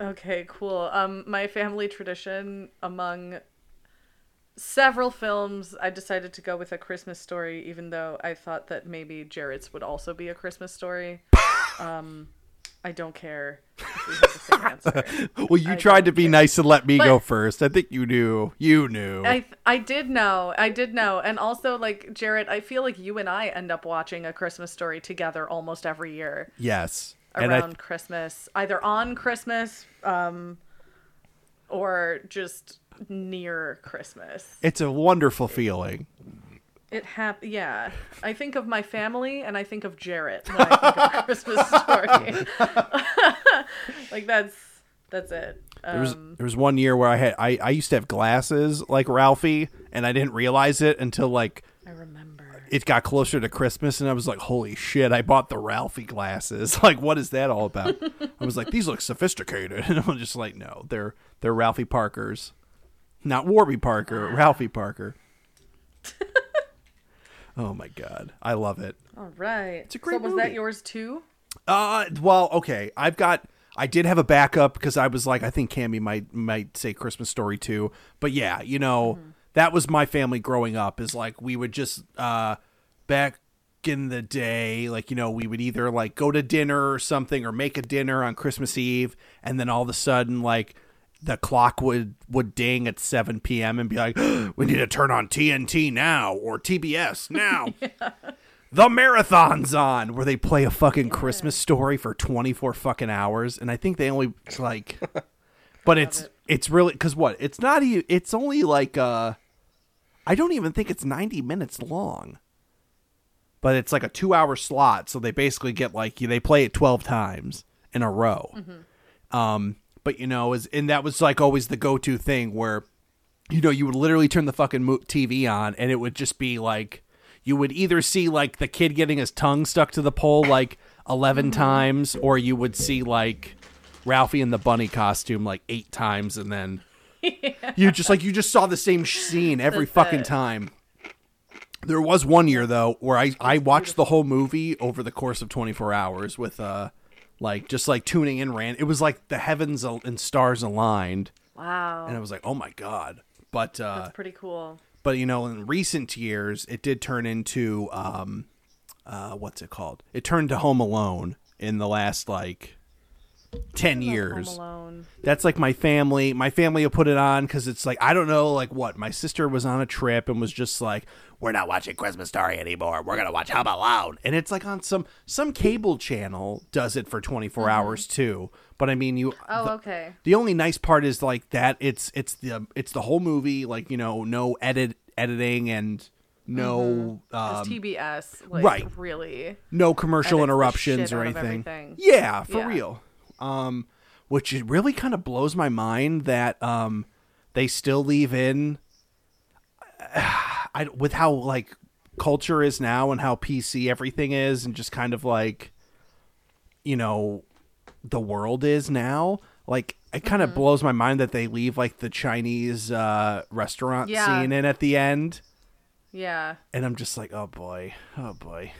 Speaker 3: Okay, cool. Um, my family tradition among several films, I decided to go with A Christmas Story, even though I thought that maybe Jared's would also be A Christmas Story. Um, I don't care. If we have the same answer.
Speaker 5: Well, you
Speaker 3: I
Speaker 5: tried to
Speaker 3: don't
Speaker 5: be nice and let me go
Speaker 3: But-
Speaker 5: first. I think you knew. You knew.
Speaker 3: I I did know, I did know, and also like Jared, I feel like you and I end up watching A Christmas Story together almost every year.
Speaker 5: yes.
Speaker 3: around
Speaker 5: and I
Speaker 3: Christmas, either on Christmas, um, or just near Christmas.
Speaker 5: it's a wonderful feeling.
Speaker 3: It hap- yeah. I think of my family and I think of Jarrett when I think of Christmas story. like that's that's it.
Speaker 5: There was there was one year where I had I, I used to have glasses like Ralphie, and I didn't realize it until like
Speaker 3: I remember.
Speaker 5: it got closer to Christmas, and I was like, "Holy shit! I bought the Ralphie glasses. Like, what is that all about?" I was like, "These look sophisticated," and I'm just like, "No, they're they're Ralphie Parkers, not Warby Parker, Ralphie Parker." oh my god, I love it.
Speaker 3: All right. It's
Speaker 5: a great
Speaker 3: so was that
Speaker 5: movie.
Speaker 3: yours too?
Speaker 5: Uh, well, okay. I've got. I did have a backup because I was like, I think Cammy might might say Christmas Story too. But yeah, you know, that was my family growing up. Is like we would just uh, back in the day, like you know, we would either like go to dinner or something, or make a dinner on Christmas Eve, and then all of a sudden, like the clock would would ding at 7 p.m. and be like, we need to turn on TNT now or TBS now. The marathon's on where they play a fucking Christmas story for 24 fucking hours and I think they only like but it's it's really cuz what? It's not even it's only like uh I don't even think it's 90 minutes long. But it's like a 2-hour slot, so they basically get like they play it 12 times in a row. Um but you know, is and that was like always the go-to thing where you know, you would literally turn the fucking mo- TV on and it would just be like you would either see like the kid getting his tongue stuck to the pole like 11 times or you would see like Ralphie in the bunny costume like 8 times and then you just like you just saw the same sh- scene every fucking time. There was one year though where I I watched the whole movie over the course of 24 hours with uh like just like tuning in ran it was like the heavens al- and stars aligned
Speaker 3: Wow.
Speaker 5: and I was like, "Oh my god!" But uh,
Speaker 3: that's pretty cool.
Speaker 5: but you know, in recent years, it did turn into um, uh, what's it called? It turned to Home Alone in the last like ten years.
Speaker 3: Home Alone.
Speaker 5: That's like my family. My family will put it on because it's like I don't know, like what my sister was on a trip and was just like, "We're not watching Christmas Story anymore. We're gonna watch Home Alone." And it's like on some some cable channel does it for twenty hours too. But I mean, you
Speaker 3: Mm-hmm. Oh,
Speaker 5: the-
Speaker 3: okay.
Speaker 5: the only nice part is like that it's it's the it's the whole movie like you know no edit editing and no uh,
Speaker 3: 'Cause TBS, like,
Speaker 5: right.
Speaker 3: really.
Speaker 5: no
Speaker 3: edits
Speaker 5: commercial
Speaker 3: the
Speaker 5: interruptions
Speaker 3: shit
Speaker 5: or
Speaker 3: out of
Speaker 5: anything.
Speaker 3: everything.
Speaker 5: Yeah, for
Speaker 3: Yeah.
Speaker 5: real. Um, which it really kind of blows my mind that um they still leave in. I with how like culture is now and how PC everything is and just kind of like you know the world is now like it kind
Speaker 3: Mm-hmm.
Speaker 5: of blows my mind that they leave like the chinese uh restaurant
Speaker 3: Yeah.
Speaker 5: scene in at the end
Speaker 3: Yeah.
Speaker 5: and i'm just like oh boy oh boy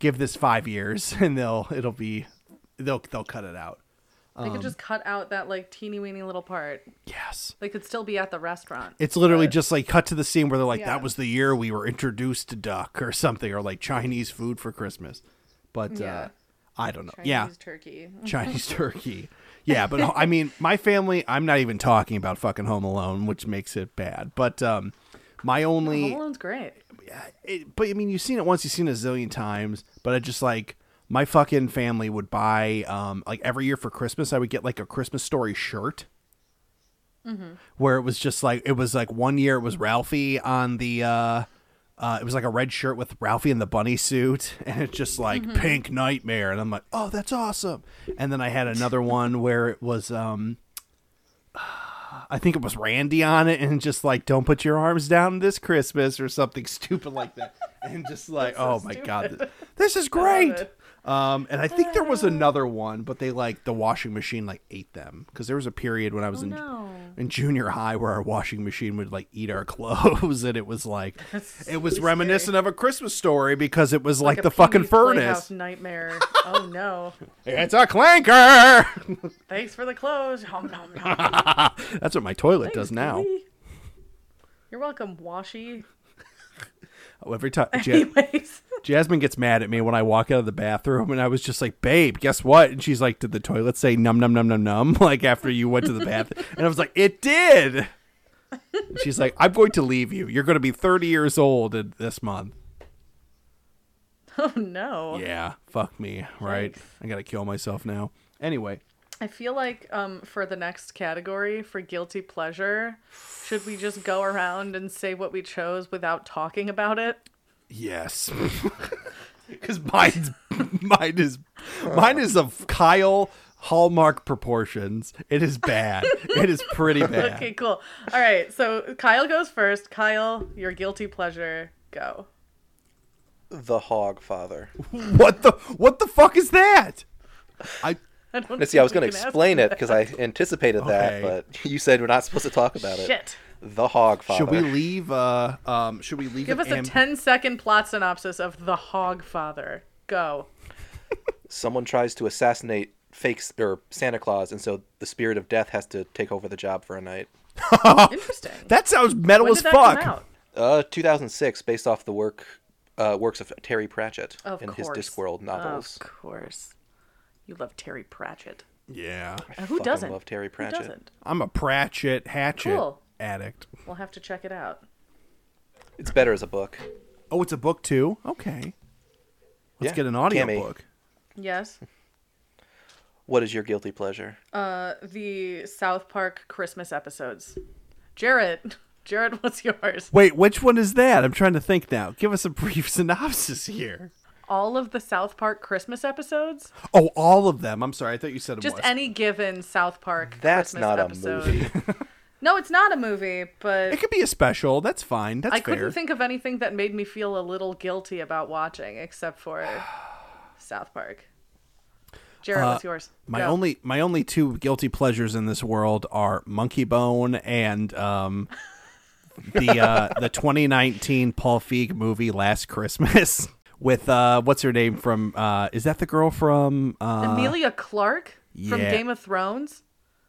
Speaker 5: give this 5 years and they'll it'll be they'll they'll cut it out
Speaker 3: They
Speaker 5: Um,
Speaker 3: could just cut out that like teeny weeny little part.
Speaker 5: yes
Speaker 3: They could still be at the restaurant.
Speaker 5: it's literally just like cut to the scene where they're like
Speaker 3: Yeah.
Speaker 5: that was the year we were introduced to duck or something or like chinese food for christmas but uh
Speaker 3: Yeah.
Speaker 5: i don't know
Speaker 3: Chinese
Speaker 5: yeah
Speaker 3: turkey.
Speaker 5: Chinese turkey. Yeah, but I mean, my family, I'm not even talking about fucking Home Alone, which makes it bad. But um my
Speaker 3: Home
Speaker 5: only
Speaker 3: Alone's great.
Speaker 5: it, but I mean, you've seen it once, you've seen it a zillion times, but I just like my fucking family would buy um like every year for Christmas, I would get like a Christmas story shirt where it was just like it was like one year it was Ralphie on the uh uh it was like a red shirt with Ralphie in the bunny suit and it's just like pink nightmare and I'm like, "Oh, that's awesome." And then I had another one where it was um I think it was Randy on it and just like don't put your arms down this Christmas or something stupid like that. And just like, "Oh my god, th- this is great."
Speaker 3: it.
Speaker 5: Um, and I think there was another one, but they like the washing machine like ate them because there was a period when I was in
Speaker 3: no.
Speaker 5: in junior high where our washing machine would like eat our clothes and it was like it was reminiscent of a christmas story because it was like,
Speaker 3: a
Speaker 5: the fucking
Speaker 3: Pee-wee's Playhouse
Speaker 5: furnace
Speaker 3: nightmare. oh no!
Speaker 5: it's a clanker
Speaker 3: Thanks for the clothes. Nom, nom, nom.
Speaker 5: that's what my toilet
Speaker 3: Thanks,
Speaker 5: does now
Speaker 3: Dee. You're welcome, Washi.
Speaker 5: Oh, every time Ja-
Speaker 3: Anyways,
Speaker 5: jasmine gets mad at me when i walk out of the bathroom and i was just like babe guess what and she's like did the toilet say num num num num num like after you went to the bathroom and i was like it did she's like i'm going to leave you you're going to be 30 years old in- this month
Speaker 3: oh no.
Speaker 5: Yeah, fuck me, right? I gotta kill myself now. Anyway,
Speaker 3: I feel like um, for the next category for guilty pleasure, should we just go around and say what we chose without talking about it?
Speaker 5: yes, because mine's mine is mine is of Kyle Hallmark proportions. It is bad. it is pretty bad.
Speaker 3: Okay, cool. All right, so Kyle goes first. Kyle, your guilty pleasure, go.
Speaker 4: The Hog Father.
Speaker 5: What the what the fuck is that? I
Speaker 3: I don't
Speaker 4: Now, see, I was
Speaker 3: think
Speaker 4: going to
Speaker 3: we can ask
Speaker 4: explain
Speaker 3: you
Speaker 4: it because I anticipated that,
Speaker 5: Okay.
Speaker 4: but you said we're not supposed to talk about
Speaker 3: that.
Speaker 4: it.
Speaker 3: Shit.
Speaker 4: The Hog Father.
Speaker 5: should we leave? Uh, um, should we leave?
Speaker 3: Give
Speaker 5: it
Speaker 3: us a
Speaker 5: am-
Speaker 3: 10 second plot synopsis of The Hogfather. Go.
Speaker 4: Someone tries to assassinate fakes or Santa Claus, and so the spirit of death has to take over the job for a night. Oh,
Speaker 3: Interesting.
Speaker 5: That sounds metal
Speaker 3: When
Speaker 5: as
Speaker 3: did that
Speaker 5: fuck.
Speaker 3: come out?
Speaker 4: Uh, 2006, based off the work uh, works of Terry Pratchett
Speaker 3: Of
Speaker 4: and
Speaker 3: course.
Speaker 4: his Discworld novels.
Speaker 3: Of course. You love Terry Pratchett.
Speaker 5: Yeah,
Speaker 4: I
Speaker 3: Who
Speaker 4: fucking
Speaker 3: doesn't?
Speaker 4: love Terry
Speaker 3: Who
Speaker 4: Pratchett.
Speaker 3: doesn't?
Speaker 5: I'm a Pratchett hatchet
Speaker 3: Cool.
Speaker 5: addict.
Speaker 3: We'll have to check it out.
Speaker 4: It's better as a book.
Speaker 5: Oh, it's a book too. Okay, let's
Speaker 4: Yeah.
Speaker 5: get an
Speaker 4: Cammy,
Speaker 5: audiobook. book.
Speaker 3: Yes.
Speaker 4: What is your guilty pleasure?
Speaker 3: The South Park Christmas episodes. Jared. Jared, what's yours?
Speaker 5: Wait, which one is that? I'm trying to think now. Give us a brief synopsis here.
Speaker 3: All of the South Park Christmas episodes?
Speaker 5: Oh, all of them. I'm sorry. I thought you said it
Speaker 3: Just
Speaker 5: was.
Speaker 3: any given South Park
Speaker 4: That's
Speaker 3: Christmas
Speaker 4: not a
Speaker 3: episode.
Speaker 4: movie.
Speaker 3: No, it's not a movie, but
Speaker 5: it could be a special. That's fine. That's
Speaker 3: I
Speaker 5: fair.
Speaker 3: couldn't think of anything that made me feel a little guilty about watching except for South Park. Jared, what's yours?
Speaker 5: Uh, my
Speaker 3: Go.
Speaker 5: only my only two guilty pleasures in this world are Monkey Bone and um the uh the 2019 Paul Feig movie Last Christmas with uh what's her name from uh is that the girl from uh
Speaker 3: Amelia Clark from
Speaker 5: yeah.
Speaker 3: Game of Thrones.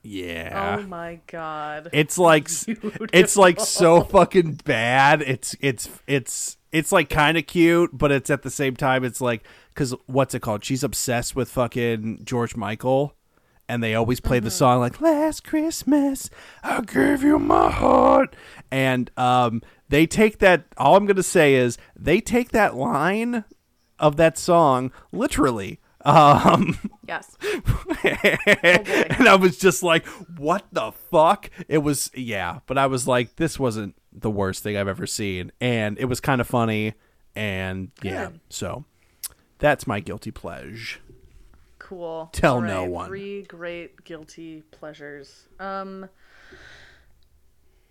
Speaker 5: yeah
Speaker 3: oh my god.
Speaker 5: It's like s- it's like so fucking bad. It's it's it's it's like kind of cute, but it's at the same time it's like cuz what's it called? She's obsessed with fucking George Michael and they always play the song like last Christmas I gave you my heart and um they take that all I'm going to say is they take that line of that song literally. Um
Speaker 3: yes. Oh, boy.
Speaker 5: and I was just like, "What the fuck?" It was yeah, but I was like, "This wasn't the worst thing I've ever seen," and it was kind of funny, and yeah,
Speaker 3: Good.
Speaker 5: so that's my guilty pleasure.
Speaker 3: Cool.
Speaker 5: Tell
Speaker 3: All
Speaker 5: no one.
Speaker 3: Three great guilty pleasures. Um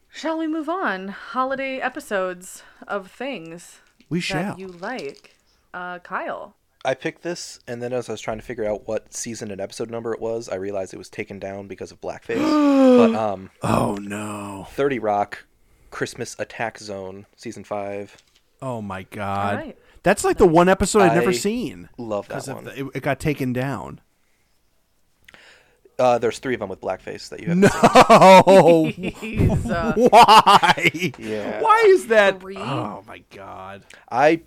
Speaker 3: Shall we move on? Holiday episodes of things
Speaker 5: We
Speaker 3: that
Speaker 5: shall.
Speaker 3: you like. Uh Kyle.
Speaker 4: I picked this, and then as I was trying to figure out what season and episode number it was, I realized it was taken down because of blackface. but um,
Speaker 5: oh no!
Speaker 4: 30 Rock, Christmas Attack Zone, season five.
Speaker 5: Oh my god!
Speaker 3: All right.
Speaker 5: That's like the one episode I've never
Speaker 4: I
Speaker 5: seen
Speaker 4: Love that
Speaker 5: because
Speaker 4: one.
Speaker 5: it, it got taken down.
Speaker 4: Uh, there's three of them with blackface that you have.
Speaker 5: Oh,
Speaker 3: He's uh,
Speaker 5: why?
Speaker 4: Yeah.
Speaker 5: Why is that?
Speaker 3: Three?
Speaker 5: Oh my god!
Speaker 4: I,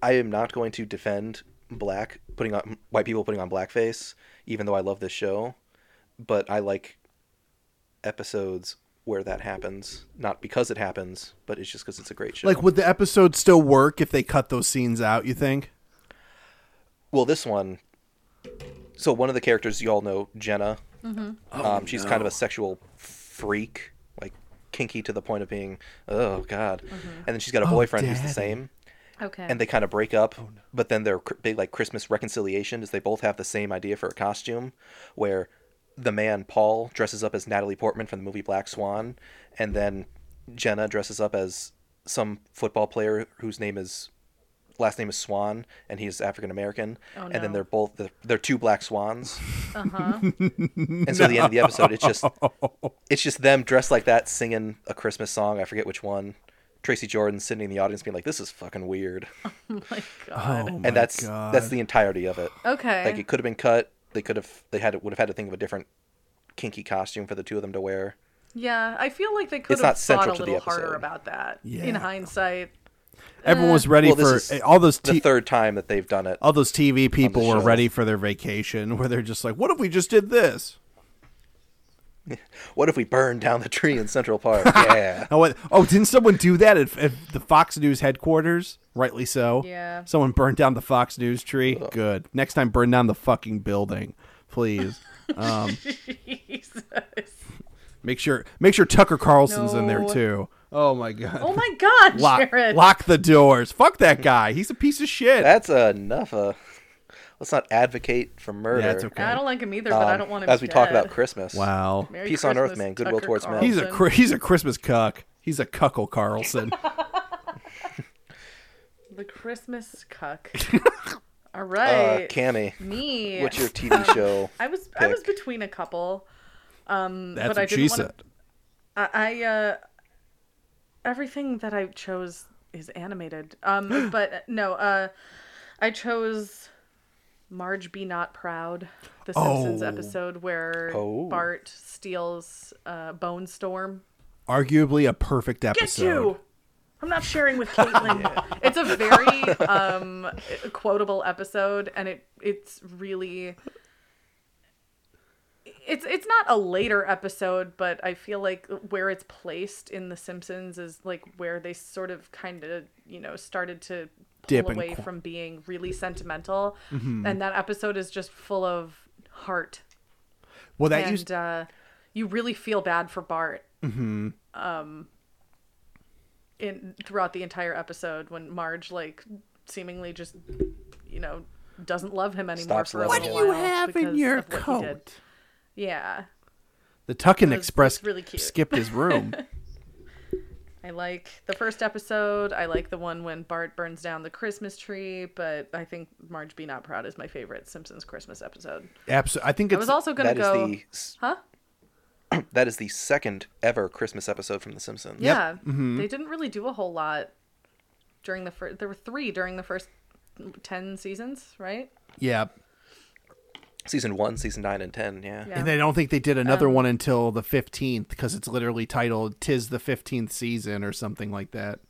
Speaker 4: I am not going to defend black putting on white people putting on blackface, even though I love this show, but I like episodes where that happens, not because it happens, but it's just because it's a great show.
Speaker 5: Like, would the episode still work if they cut those scenes out? You think?
Speaker 4: Well, this one. So one of the characters you all know, Jenna. um, she's kind of a sexual freak, like kinky to the point of being, oh god. And then she's got a boyfriend who's the same,
Speaker 3: Okay.
Speaker 4: and they kind of break up. But then their cr- big like Christmas reconciliation is they both have the same idea for a costume, where the man Paul dresses up as Natalie Portman from the movie Black Swan, and then Jenna dresses up as some football player whose name is last name is Swan and he's African American
Speaker 3: Oh,
Speaker 4: and then
Speaker 3: no. Uh-huh.
Speaker 4: they're both they're, they're two black swans and so at the end of the episode, it's just it's just them dressed like that singing a Christmas song. I forget which one. Tracy Jordan sitting in the audience being like, "This is fucking weird,"
Speaker 3: my God.
Speaker 7: Oh my
Speaker 4: and that's
Speaker 7: God.
Speaker 4: that's the entirety of it.
Speaker 3: uh, Okay.
Speaker 4: Like it could have been cut. They could have they had would have had to think of a different kinky costume for the two of them to wear.
Speaker 3: yeah, I feel like they could
Speaker 4: It's
Speaker 3: have
Speaker 4: not
Speaker 3: thought a
Speaker 4: central to the
Speaker 3: little harder
Speaker 4: episode.
Speaker 3: about that. In
Speaker 7: Yeah.
Speaker 3: hindsight, Eh,
Speaker 5: Everyone was ready
Speaker 4: Well, this
Speaker 5: for eh,
Speaker 4: is
Speaker 5: all those
Speaker 4: The
Speaker 5: t- Oh.
Speaker 4: third time that they've done it.
Speaker 5: all those TV people were
Speaker 4: show.
Speaker 5: ready for their vacation, where they're just like, "What if we just did this?
Speaker 4: What if we burn down the tree in Central Park? yeah,
Speaker 5: Oh, what, oh, didn't someone do that at, at the Fox News headquarters? Rightly so.
Speaker 3: Yeah.
Speaker 5: Someone burned down the Fox News tree. Good. Next time, burn down the fucking building, please.
Speaker 3: Jesus.
Speaker 5: Make sure, make sure Tucker Carlson's in there
Speaker 3: No.
Speaker 5: too. Oh my god.
Speaker 3: Oh my God,
Speaker 5: lock,
Speaker 3: Jared.
Speaker 5: lock the doors. Fuck that guy. He's a piece of shit.
Speaker 4: that's enough. Uh, let's not advocate for murder.
Speaker 5: Yeah, it's okay.
Speaker 3: I don't like him either, but I
Speaker 4: Um,
Speaker 3: don't want him
Speaker 4: as we talk
Speaker 3: dead.
Speaker 4: about Christmas.
Speaker 5: wow.
Speaker 3: Merry
Speaker 4: Peace on earth,
Speaker 3: Christmas,
Speaker 4: man. Goodwill
Speaker 3: Tucker
Speaker 4: towards men.
Speaker 5: He's a
Speaker 3: Carlson.
Speaker 5: cr- he's a Christmas cuck. He's a cuckle Carlson.
Speaker 3: the Christmas cuck. All right,
Speaker 4: Uh, Cammy,
Speaker 3: me.
Speaker 4: what's your TV show?
Speaker 3: I was I was
Speaker 4: pick?
Speaker 3: between a couple.
Speaker 5: That's
Speaker 3: But
Speaker 5: what
Speaker 3: I
Speaker 5: she
Speaker 3: didn't wanna-
Speaker 5: said.
Speaker 3: I, I uh, everything that I chose is animated. Um, but uh, no, uh, I chose Marge Be Not Proud, the Simpsons
Speaker 5: Oh.
Speaker 3: episode where
Speaker 4: Oh.
Speaker 3: Bart steals uh, Bone Storm.
Speaker 5: Arguably a perfect
Speaker 3: Get
Speaker 5: episode.
Speaker 3: you. I'm not sharing with Caitlin. It's a very um, quotable episode, and it it's really it's it's not a later episode, but I feel like where it's placed in The Simpsons is like where they sort of kind of you know started to pull
Speaker 5: Dip and
Speaker 3: away
Speaker 5: qu- Mm-hmm.
Speaker 3: from being really sentimental, and that episode is just full of heart
Speaker 5: Well, that
Speaker 3: and
Speaker 5: used
Speaker 3: uh, you really feel bad for Bart. Mm-hmm. Um, in throughout the entire episode, when Marge like seemingly just, you know, doesn't love him anymore
Speaker 4: Stops
Speaker 3: for a
Speaker 4: loving
Speaker 3: little
Speaker 4: him.
Speaker 3: while. because of what he did. Yeah,
Speaker 5: The Tuckin
Speaker 3: was-
Speaker 5: Express
Speaker 3: it's really cute.
Speaker 5: skipped his room.
Speaker 3: I like the first episode. I like the one when Bart burns down the Christmas tree, but I think Marge Be Not Proud is my favorite Simpsons Christmas episode.
Speaker 5: Absolutely. I think
Speaker 3: I
Speaker 5: it's
Speaker 3: was also gonna
Speaker 4: That is
Speaker 3: go.
Speaker 4: the s-
Speaker 3: Huh?
Speaker 4: that is the second ever Christmas episode from The Simpsons.
Speaker 3: Yeah,
Speaker 5: Mm-hmm.
Speaker 3: they didn't really do a whole lot during the first. There were three during the first ten seasons, right?
Speaker 5: yeah.
Speaker 4: Season one, season nine, and ten. Yeah.
Speaker 3: Yeah. Um,
Speaker 5: And I don't think they did another one until the 15th because it's literally titled Tis the 15th Season or something like that.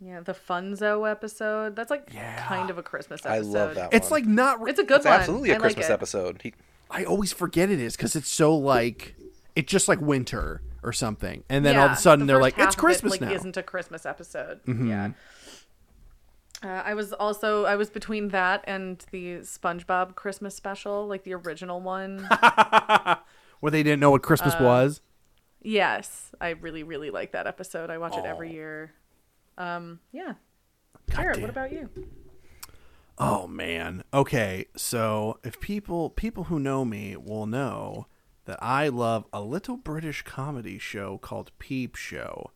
Speaker 3: Yeah, the Funzo episode. That's like kind of a Christmas
Speaker 4: I
Speaker 3: episode.
Speaker 4: love that.
Speaker 5: It's
Speaker 4: one.
Speaker 5: like not.
Speaker 3: It's a good
Speaker 4: it's
Speaker 3: one.
Speaker 4: absolutely
Speaker 3: I
Speaker 4: a
Speaker 3: like
Speaker 4: Christmas
Speaker 3: it.
Speaker 4: episode. He,
Speaker 5: I always forget it is because it's so like. It's just like winter or something. And then all of a sudden
Speaker 3: the
Speaker 5: they're
Speaker 3: first
Speaker 5: like,
Speaker 3: half
Speaker 5: it's
Speaker 3: of it,
Speaker 5: Christmas
Speaker 3: like,
Speaker 5: now. Mm-hmm.
Speaker 3: Isn't a Christmas episode. Yeah. Uh, I was also I was between that and the SpongeBob Christmas special, like the original one.
Speaker 5: Where they didn't know what Christmas
Speaker 3: uh,
Speaker 5: was.
Speaker 3: yes, I really really like that episode. I watch it every year. Um, yeah. Jared,
Speaker 5: damn.
Speaker 3: what about you?
Speaker 5: Oh man. Okay, so if people people who know me will know that I love a little British comedy show called Peep Show.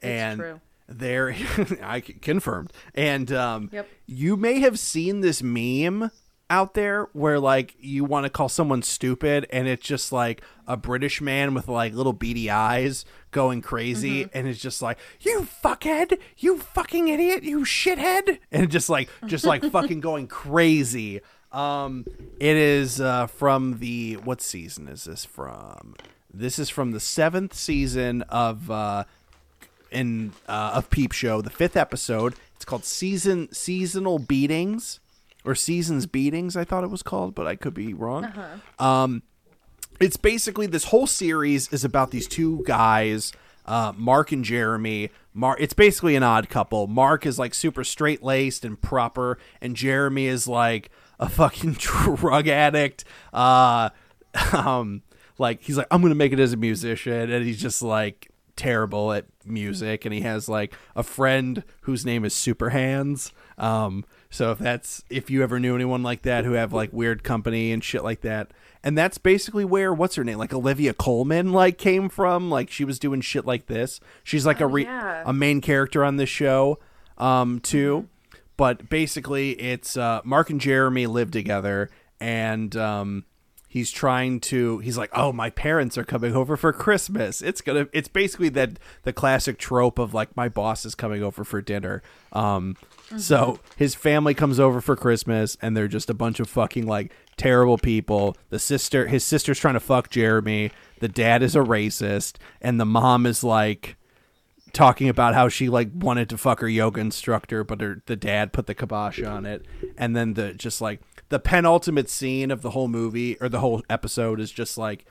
Speaker 5: and
Speaker 3: true.
Speaker 5: there I c- confirmed. And um
Speaker 3: Yep.
Speaker 5: you may have seen this meme out there where like you want to call someone stupid and it's just like a British man with like little beady eyes going crazy and it's just like you fuckhead, you fucking idiot, you shithead and just like just like fucking going crazy. Um it is uh from the what season is this from? This is from the 7th season of uh in uh, of Peep Show, the fifth episode. It's called season seasonal beatings or seasons beatings. I thought it was called, but I could be wrong. Um, it's basically this whole series is about these two guys, uh, Mark and Jeremy. Mark, it's basically an odd couple. Mark is like super straight laced and proper, and Jeremy is like a fucking drug addict. Uh, um, like he's like I'm gonna make it as a musician, and he's just like terrible at music, and he has like a friend whose name is Super Hands. Um, so if that's if you ever knew anyone like that who have like weird company and shit like that, and that's basically where what's her name like Olivia Coleman like came from. Like she was doing shit like this. She's like a re-
Speaker 3: yeah.
Speaker 5: a main character on this show um, too. But basically, it's uh, Mark and Jeremy live together, and um, he's trying to. He's like, "Oh, my parents are coming over for Christmas." It's gonna. It's basically that the classic trope of like, "My boss is coming over for dinner." Um, So his family comes over for Christmas, and they're just a bunch of fucking like terrible people. The sister, his sister's trying to fuck Jeremy. The dad is a racist, and the mom is like talking about how she like wanted to fuck her yoga instructor, but her the dad put the kibosh on it. And then the just like the penultimate scene of the whole movie or the whole episode is just like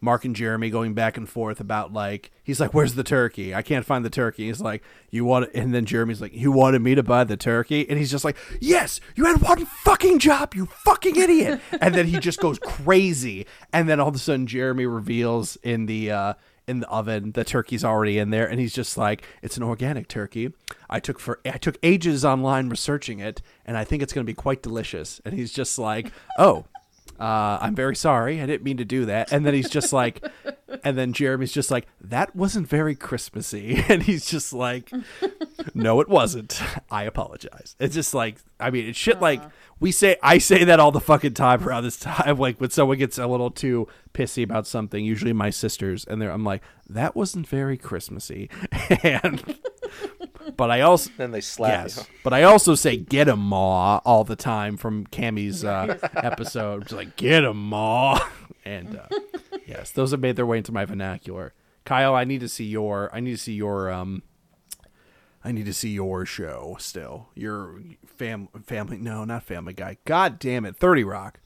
Speaker 5: Mark and Jeremy going back and forth about like he's like, "Where's the turkey? I can't find the turkey." He's like, "You want?" And then Jeremy's like, "You wanted me to buy the turkey?" And he's just like, "Yes, you had one fucking job, you fucking idiot!" and then he just goes crazy. And then all of a sudden, Jeremy reveals in the uh, in the oven the turkey's already in there, and he's just like, "It's an organic turkey. I took for I took ages online researching it, and I think it's going to be quite delicious." And he's just like, "Oh." uh, I'm very sorry. I didn't mean to do that. And then he's just like, and then Jeremy's just like, that wasn't very Christmassy. And he's just like, no, it wasn't. I apologize. It's just like, I mean, it's shit like we say, I say that all the fucking time around this time. Like when someone gets a little too pissy about something, usually my sisters, and they're, I'm like, that wasn't very Christmassy. And, but I also,
Speaker 4: Then they slap
Speaker 5: Yes.
Speaker 4: you.
Speaker 5: But I also say get a maw all the time from Cammy's uh, episode. It's like get a maw. And uh, yes, those have made their way into my vernacular. Kyle, I need to see your I need to see your um I need to see your show still. Your fam family no, not family guy. God damn it. 30 Rock.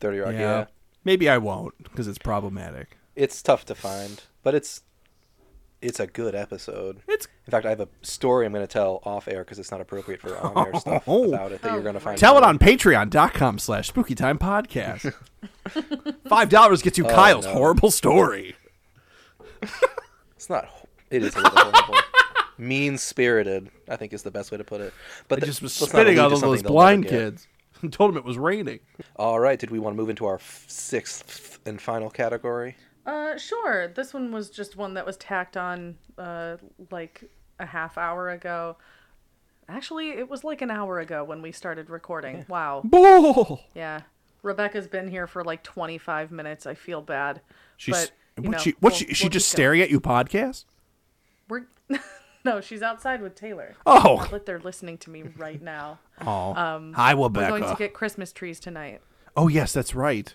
Speaker 4: 30 Rock, yeah.
Speaker 5: Maybe I won't because it's problematic.
Speaker 4: It's tough to find, but it's it's a good episode.
Speaker 5: It's
Speaker 4: In fact, I have a story I'm going to tell off air because it's not appropriate for on air stuff about it that you're going to find.
Speaker 5: Oh. Tell it on patreon.com slash spooky time podcast. Five dollars gets you Kyle's
Speaker 4: Oh, no.
Speaker 5: horrible story.
Speaker 4: It's not. ho- It is a little horrible. Mean spirited, I think, is the best way to put it. But
Speaker 5: I
Speaker 4: that-
Speaker 5: just was
Speaker 4: let's not allude
Speaker 5: spitting
Speaker 4: to
Speaker 5: on all
Speaker 4: something
Speaker 5: those
Speaker 4: they'll never
Speaker 5: blind
Speaker 4: get.
Speaker 5: kids and told them it was raining.
Speaker 4: All right, did we want to move into our f- sixth and final category?
Speaker 3: Uh, sure. This one was just one that was tacked on uh, like a half hour ago. Actually, it was like an hour ago when we started recording. Wow.
Speaker 5: Bull.
Speaker 3: Yeah. Rebecca's been here for like 25 minutes. I feel bad.
Speaker 5: She's
Speaker 3: but,
Speaker 5: what
Speaker 3: you know,
Speaker 5: she what
Speaker 3: we'll-
Speaker 5: she, she
Speaker 3: we'll
Speaker 5: just
Speaker 3: keep going.
Speaker 5: staring at you podcast?
Speaker 3: We're... no, she's outside with Taylor.
Speaker 5: Oh.
Speaker 3: But they're listening to me right now.
Speaker 5: Oh. Hi
Speaker 3: We're going
Speaker 5: Rebecca.
Speaker 3: to get Christmas trees tonight.
Speaker 5: oh yes, that's right.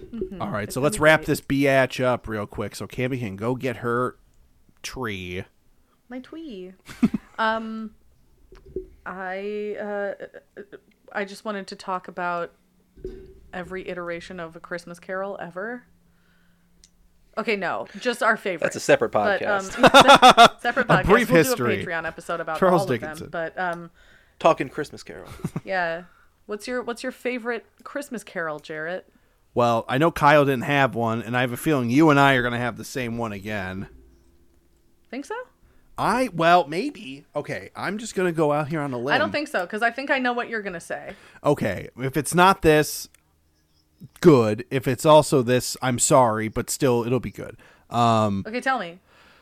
Speaker 3: Mm-hmm.
Speaker 5: All right, so let's wrap this biatch up real quick so Cammy can go get her tree.
Speaker 3: my twee. um, I uh, I just wanted to talk about every iteration of a Christmas Carol ever. Okay, no, just our favorite.
Speaker 4: That's a separate
Speaker 3: But, um,
Speaker 4: podcast.
Speaker 3: se- separate podcast.
Speaker 5: brief
Speaker 3: we'll
Speaker 5: history.
Speaker 3: Do a Patreon episode about
Speaker 5: Charles
Speaker 3: all
Speaker 5: Dickinson.
Speaker 3: of them. But um,
Speaker 4: Talking Christmas Carol.
Speaker 3: yeah, what's your what's your favorite Christmas Carol, Jarrett?
Speaker 5: Well, I know Kyle didn't have one and I have a feeling you and I are going to have the same one again.
Speaker 3: Think so?
Speaker 5: I well, maybe. Okay, I'm just going to go out here on a limb.
Speaker 3: I don't think so because I think I know what you're gonna say.
Speaker 5: okay, if it's not this, good. If it's also this, I'm sorry, but still, it'll be good. Um,
Speaker 3: Okay, tell me.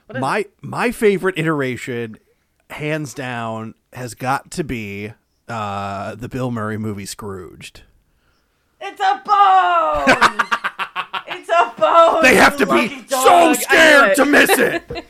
Speaker 3: What is
Speaker 5: my my favorite iteration, hands down, has got to be uh, the Bill Murray movie Scrooged.
Speaker 8: It's a bone! it's a bone!
Speaker 5: They have to
Speaker 8: Lucky
Speaker 5: be so
Speaker 8: dog.
Speaker 5: scared
Speaker 3: it.
Speaker 5: to miss it.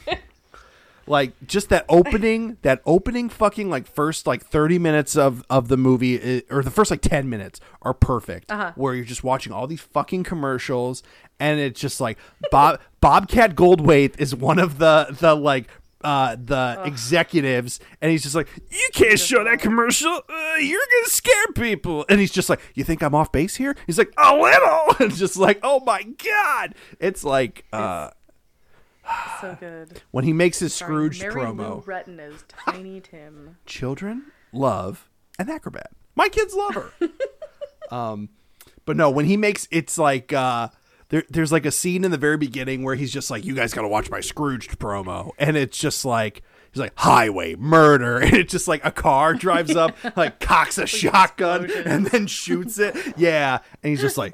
Speaker 5: like just that opening, that opening fucking like first like 30 minutes of of the movie i- or the first like 10 minutes are perfect where you're just watching all these fucking commercials and it's just like Bob Bobcat Goldthwait is one of the the like uh, the executives, and he's just like, "You can't show that commercial. Uh, you're gonna scare people." And he's just like, "You think I'm off base here?" He's like, "A little." And just like, "Oh my god!" It's like uh,
Speaker 3: so good?
Speaker 5: when he makes his Scrooge
Speaker 3: Mary Lou
Speaker 5: promo.
Speaker 3: Retton is Tiny Tim.
Speaker 5: Children love an acrobat. My kids love her. um, but no, when he makes it's like uh, there, there's like a scene in the very beginning where he's just like, "You guys got to watch my Scrooged promo," and it's just like he's like highway murder, and it's just like a car drives up, like cocks a shotgun, and then shoots it. Yeah, and he's just like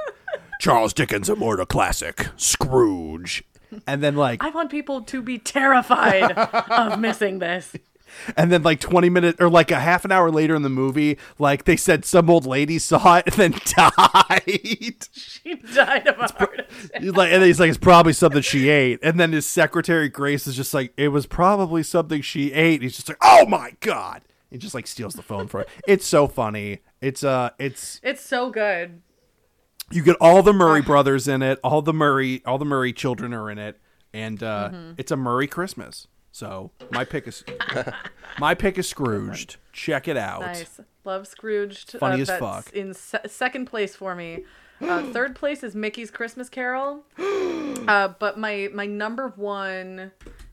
Speaker 5: Charles Dickens' immortal classic Scrooge, and then like
Speaker 3: I want people to be terrified of missing this.
Speaker 5: and then like 20 minutes or like a half an hour later in the movie, like they said some old lady saw it and then died.
Speaker 3: She died of a heart attack.
Speaker 5: He's like, and he's like, it's probably something she ate. And then his secretary Grace is just like, it was probably something she ate. he's just like, oh my god! He just like steals the phone from her. It's so funny. It's uh, it's
Speaker 3: It's so good.
Speaker 5: you get all the Murray brothers in it. All the Murray, all the Murray children are in it, and uh, it's a Murray Christmas. So my pick is my pick is Scrooged. Check it out.
Speaker 3: Nice. Love Scrooged.
Speaker 5: Funny as
Speaker 3: that's
Speaker 5: fuck.
Speaker 3: In se- second place for me. Uh, third place is Mickey's Christmas Carol. Uh, but my my number one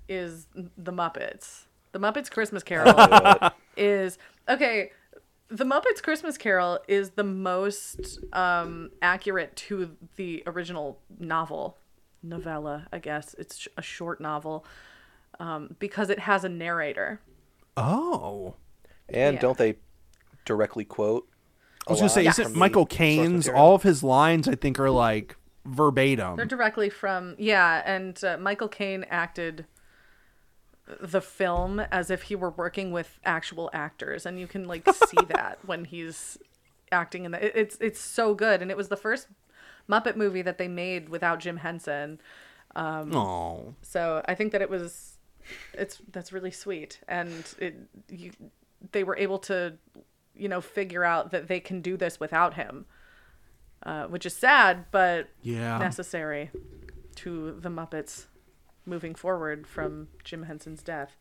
Speaker 3: is The Muppets. The Muppets Christmas Carol is okay. The Muppets Christmas Carol is the most um, accurate to the original novel, novella. I guess it's sh- a short novel um, because it has a narrator.
Speaker 5: Oh,
Speaker 4: And
Speaker 3: Yeah.
Speaker 4: don't they directly quote?
Speaker 5: I was gonna say, isn't Michael Caine's all of his lines? I think are like verbatim.
Speaker 3: They're directly from yeah, and uh, Michael Caine acted the film as if he were working with actual actors, and you can like see that when he's acting in the. it- It's it's so good, and it was the first Muppet movie that they made without Jim Henson.
Speaker 5: Oh,
Speaker 3: So I think that it was, it's that's really sweet, and it you, they were able to, you know, figure out that they can do this without him, uh, which is sad, but
Speaker 5: Yeah.
Speaker 3: necessary to the Muppets moving forward from Jim Henson's death.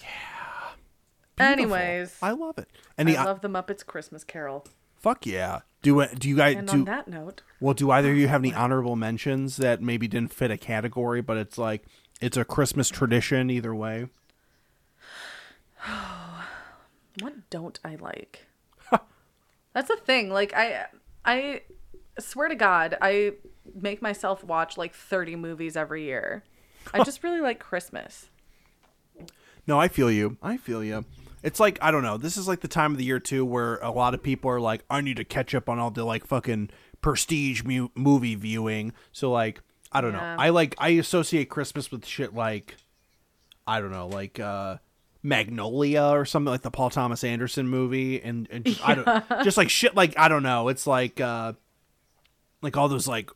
Speaker 3: Yeah. Anyways,
Speaker 5: I
Speaker 3: I,
Speaker 5: love it. And he, uh,
Speaker 3: love the Muppets Christmas Carol.
Speaker 5: fuck yeah. Do it? Do you guys
Speaker 3: And
Speaker 5: do?
Speaker 3: on that note,
Speaker 5: Well, do either of you have any honorable mentions that maybe didn't fit a category, but it's like it's a Christmas tradition either way?
Speaker 3: what don't I like? That's the thing. Like I I swear to God, I make myself watch like 30 movies every year. I just really like Christmas.
Speaker 5: No, I feel you. I feel you. It's like I don't know. This is like the time of the year too, where a lot of people are like, I need to catch up on all the like fucking prestige mu- movie viewing. So like, I don't
Speaker 3: Yeah.
Speaker 5: know. I like I associate Christmas with shit like, I don't know, like uh Magnolia or something like the Paul Thomas Anderson movie, and, and just, I don't just like shit like I don't know. It's like uh like all those like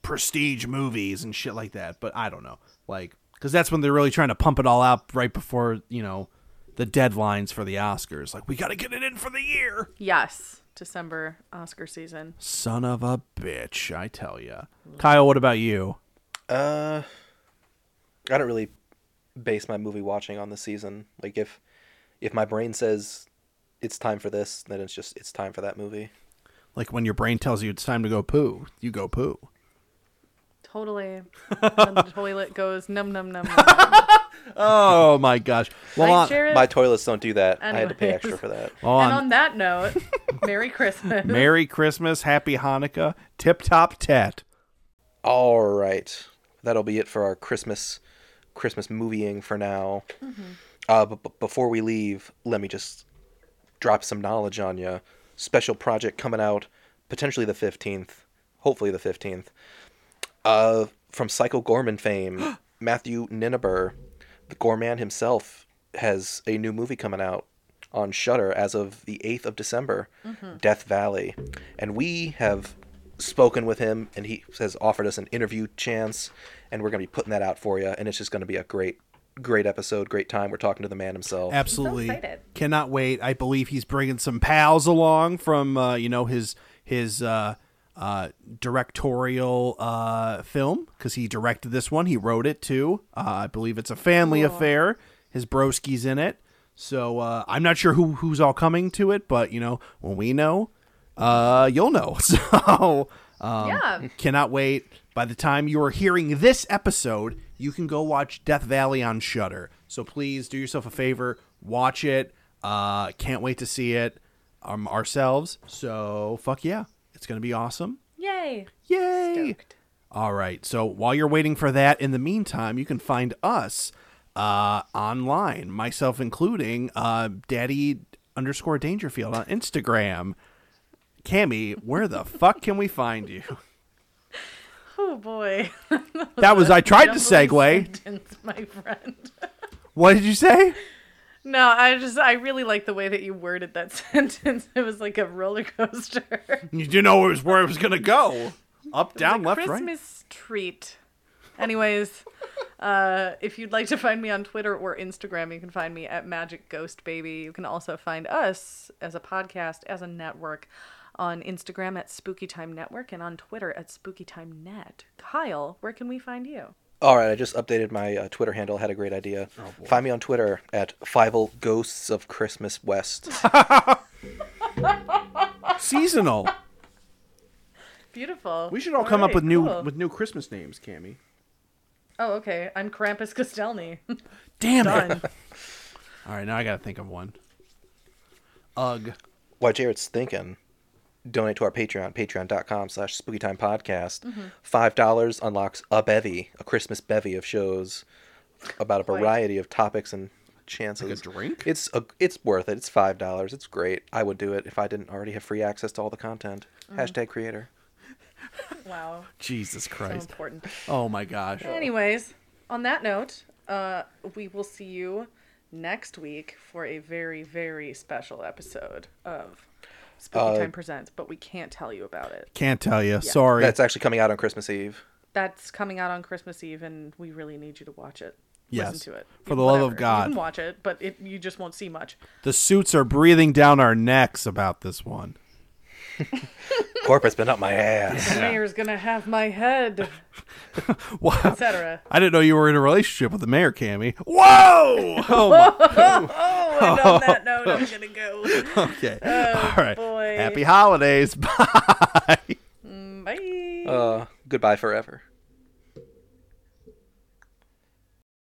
Speaker 5: prestige movies and shit like that. But I don't know, like, because that's when they're really trying to pump it all out right before you know the deadlines for the Oscars. Like, we got to get it in for the year.
Speaker 3: Yes, December Oscar season.
Speaker 5: Son of a bitch, I tell ya. Kyle, what about you?
Speaker 4: Uh, I don't really base my movie watching on the season. Like if if my brain says it's time for this, then it's just it's time for that movie.
Speaker 5: Like when your brain tells you it's time to go poo, you go poo.
Speaker 3: Totally. And the toilet goes num num num. num.
Speaker 5: Oh my gosh! Well, uh,
Speaker 3: Right,
Speaker 5: on,
Speaker 3: Jared?
Speaker 4: My toilets don't do that. I had to pay
Speaker 3: Anyways.
Speaker 4: extra for that.
Speaker 5: well,
Speaker 3: and
Speaker 5: on-
Speaker 3: on that note, Merry Christmas.
Speaker 5: Merry Christmas, Happy Hanukkah, tip top tat.
Speaker 4: All right, that'll be it for our Christmas Christmas movieing for now. Uh, but, but before we leave, let me just drop some knowledge on you. Special project coming out potentially the fifteenth, hopefully the fifteenth. Uh, from Psycho Gorman fame, Matthew Ninneber, the Gorman himself, has a new movie coming out on Shutter as of the eighth of December, Death Valley, and we have spoken with him, and he has offered us an interview chance, and we're gonna be putting that out for you, and it's just gonna be a great, great episode, great time. We're talking to the man himself.
Speaker 5: Absolutely.
Speaker 9: excited.
Speaker 5: Cannot wait. I believe he's bringing some pals along from uh, you know his his uh, uh, directorial uh, film because he directed this one. He wrote it too. Uh, I believe it's a family affair. His broski's in it. So uh, I'm not sure who who's all coming to it, but you know when we know, uh, you'll know. So um,
Speaker 3: Yeah.
Speaker 5: cannot wait. By the time you are hearing this episode, you can go watch Death Valley on Shudder. So please do yourself a favor, watch it. Uh, can't wait to see it um, ourselves. So fuck yeah, it's gonna be awesome!
Speaker 3: Yay.
Speaker 5: Yay!
Speaker 3: Stoked.
Speaker 5: All right. So while you're waiting for that, in the meantime, you can find us uh, online, myself including uh, Daddy underscore Dangerfield on Instagram. Cammy, where the fuck can we find you?
Speaker 3: Oh boy.
Speaker 5: That was I tried to
Speaker 3: Jumbly
Speaker 5: segue.
Speaker 3: sentence, my friend.
Speaker 5: What did you say?
Speaker 3: No, I just I really like the way that you worded that sentence. It was like a roller coaster.
Speaker 5: You do know where it was, where it was gonna go? Up, down, left, right.
Speaker 3: Christmas treat. Anyways, uh, if you'd like to find me on Twitter or Instagram, you can find me at Magic Ghost Baby. You can also find us as a podcast, as a network, on Instagram at Spooky Time Network and on Twitter at Spooky Time Net. Kyle, where can we find you?
Speaker 4: All right, I just updated my uh, Twitter handle. Had a great idea. Find me on Twitter at Fivel Ghosts of Christmas West.
Speaker 5: Seasonal.
Speaker 3: Beautiful.
Speaker 5: We should all come up
Speaker 3: right,
Speaker 5: with new
Speaker 3: cool.
Speaker 5: with new Christmas names, Cammy.
Speaker 3: Oh, okay. I'm Krampus Costelny.
Speaker 5: Damn it!
Speaker 3: Done.
Speaker 5: All right, now I gotta think of one. Ugh.
Speaker 4: While Jared's thinking, donate to our Patreon, patreon.com slash spookytimepodcast. podcast. $5 unlocks a bevy, a Christmas bevy of shows about a variety of topics and chances.
Speaker 5: drink?
Speaker 4: It's a, it's worth it. It's five dollars. It's great. I would do it if I didn't already have free access to all the content. Hashtag creator.
Speaker 3: wow.
Speaker 5: Jesus
Speaker 3: So
Speaker 5: Christ!
Speaker 3: important.
Speaker 5: Oh my gosh!
Speaker 3: Anyways, on that note, uh, we will see you next week for a very, very special episode of Spooky
Speaker 5: Uh,
Speaker 3: Time Presents, but we can't tell you about it.
Speaker 5: Can't tell you. Sorry.
Speaker 4: That's actually coming out on Christmas Eve.
Speaker 3: That's coming out on Christmas Eve, and we really need you to watch it.
Speaker 5: Yes.
Speaker 3: Listen to it.
Speaker 5: For the love of
Speaker 3: Whatever.
Speaker 5: God.
Speaker 3: You can watch it, but it, you just won't see much.
Speaker 5: the suits are breathing down our necks about this one.
Speaker 4: Corporate's been up my ass.
Speaker 3: The mayor's going to have my head,
Speaker 5: Wow.
Speaker 3: etc.
Speaker 5: I didn't know you were in a relationship with the mayor, Cammy. Whoa! Oh my.
Speaker 3: Oh, and on that note, I'm going to go.
Speaker 5: Okay. All right.
Speaker 3: boy.
Speaker 5: Happy holidays. Bye.
Speaker 3: Bye.
Speaker 5: Uh,
Speaker 4: Uh, goodbye forever.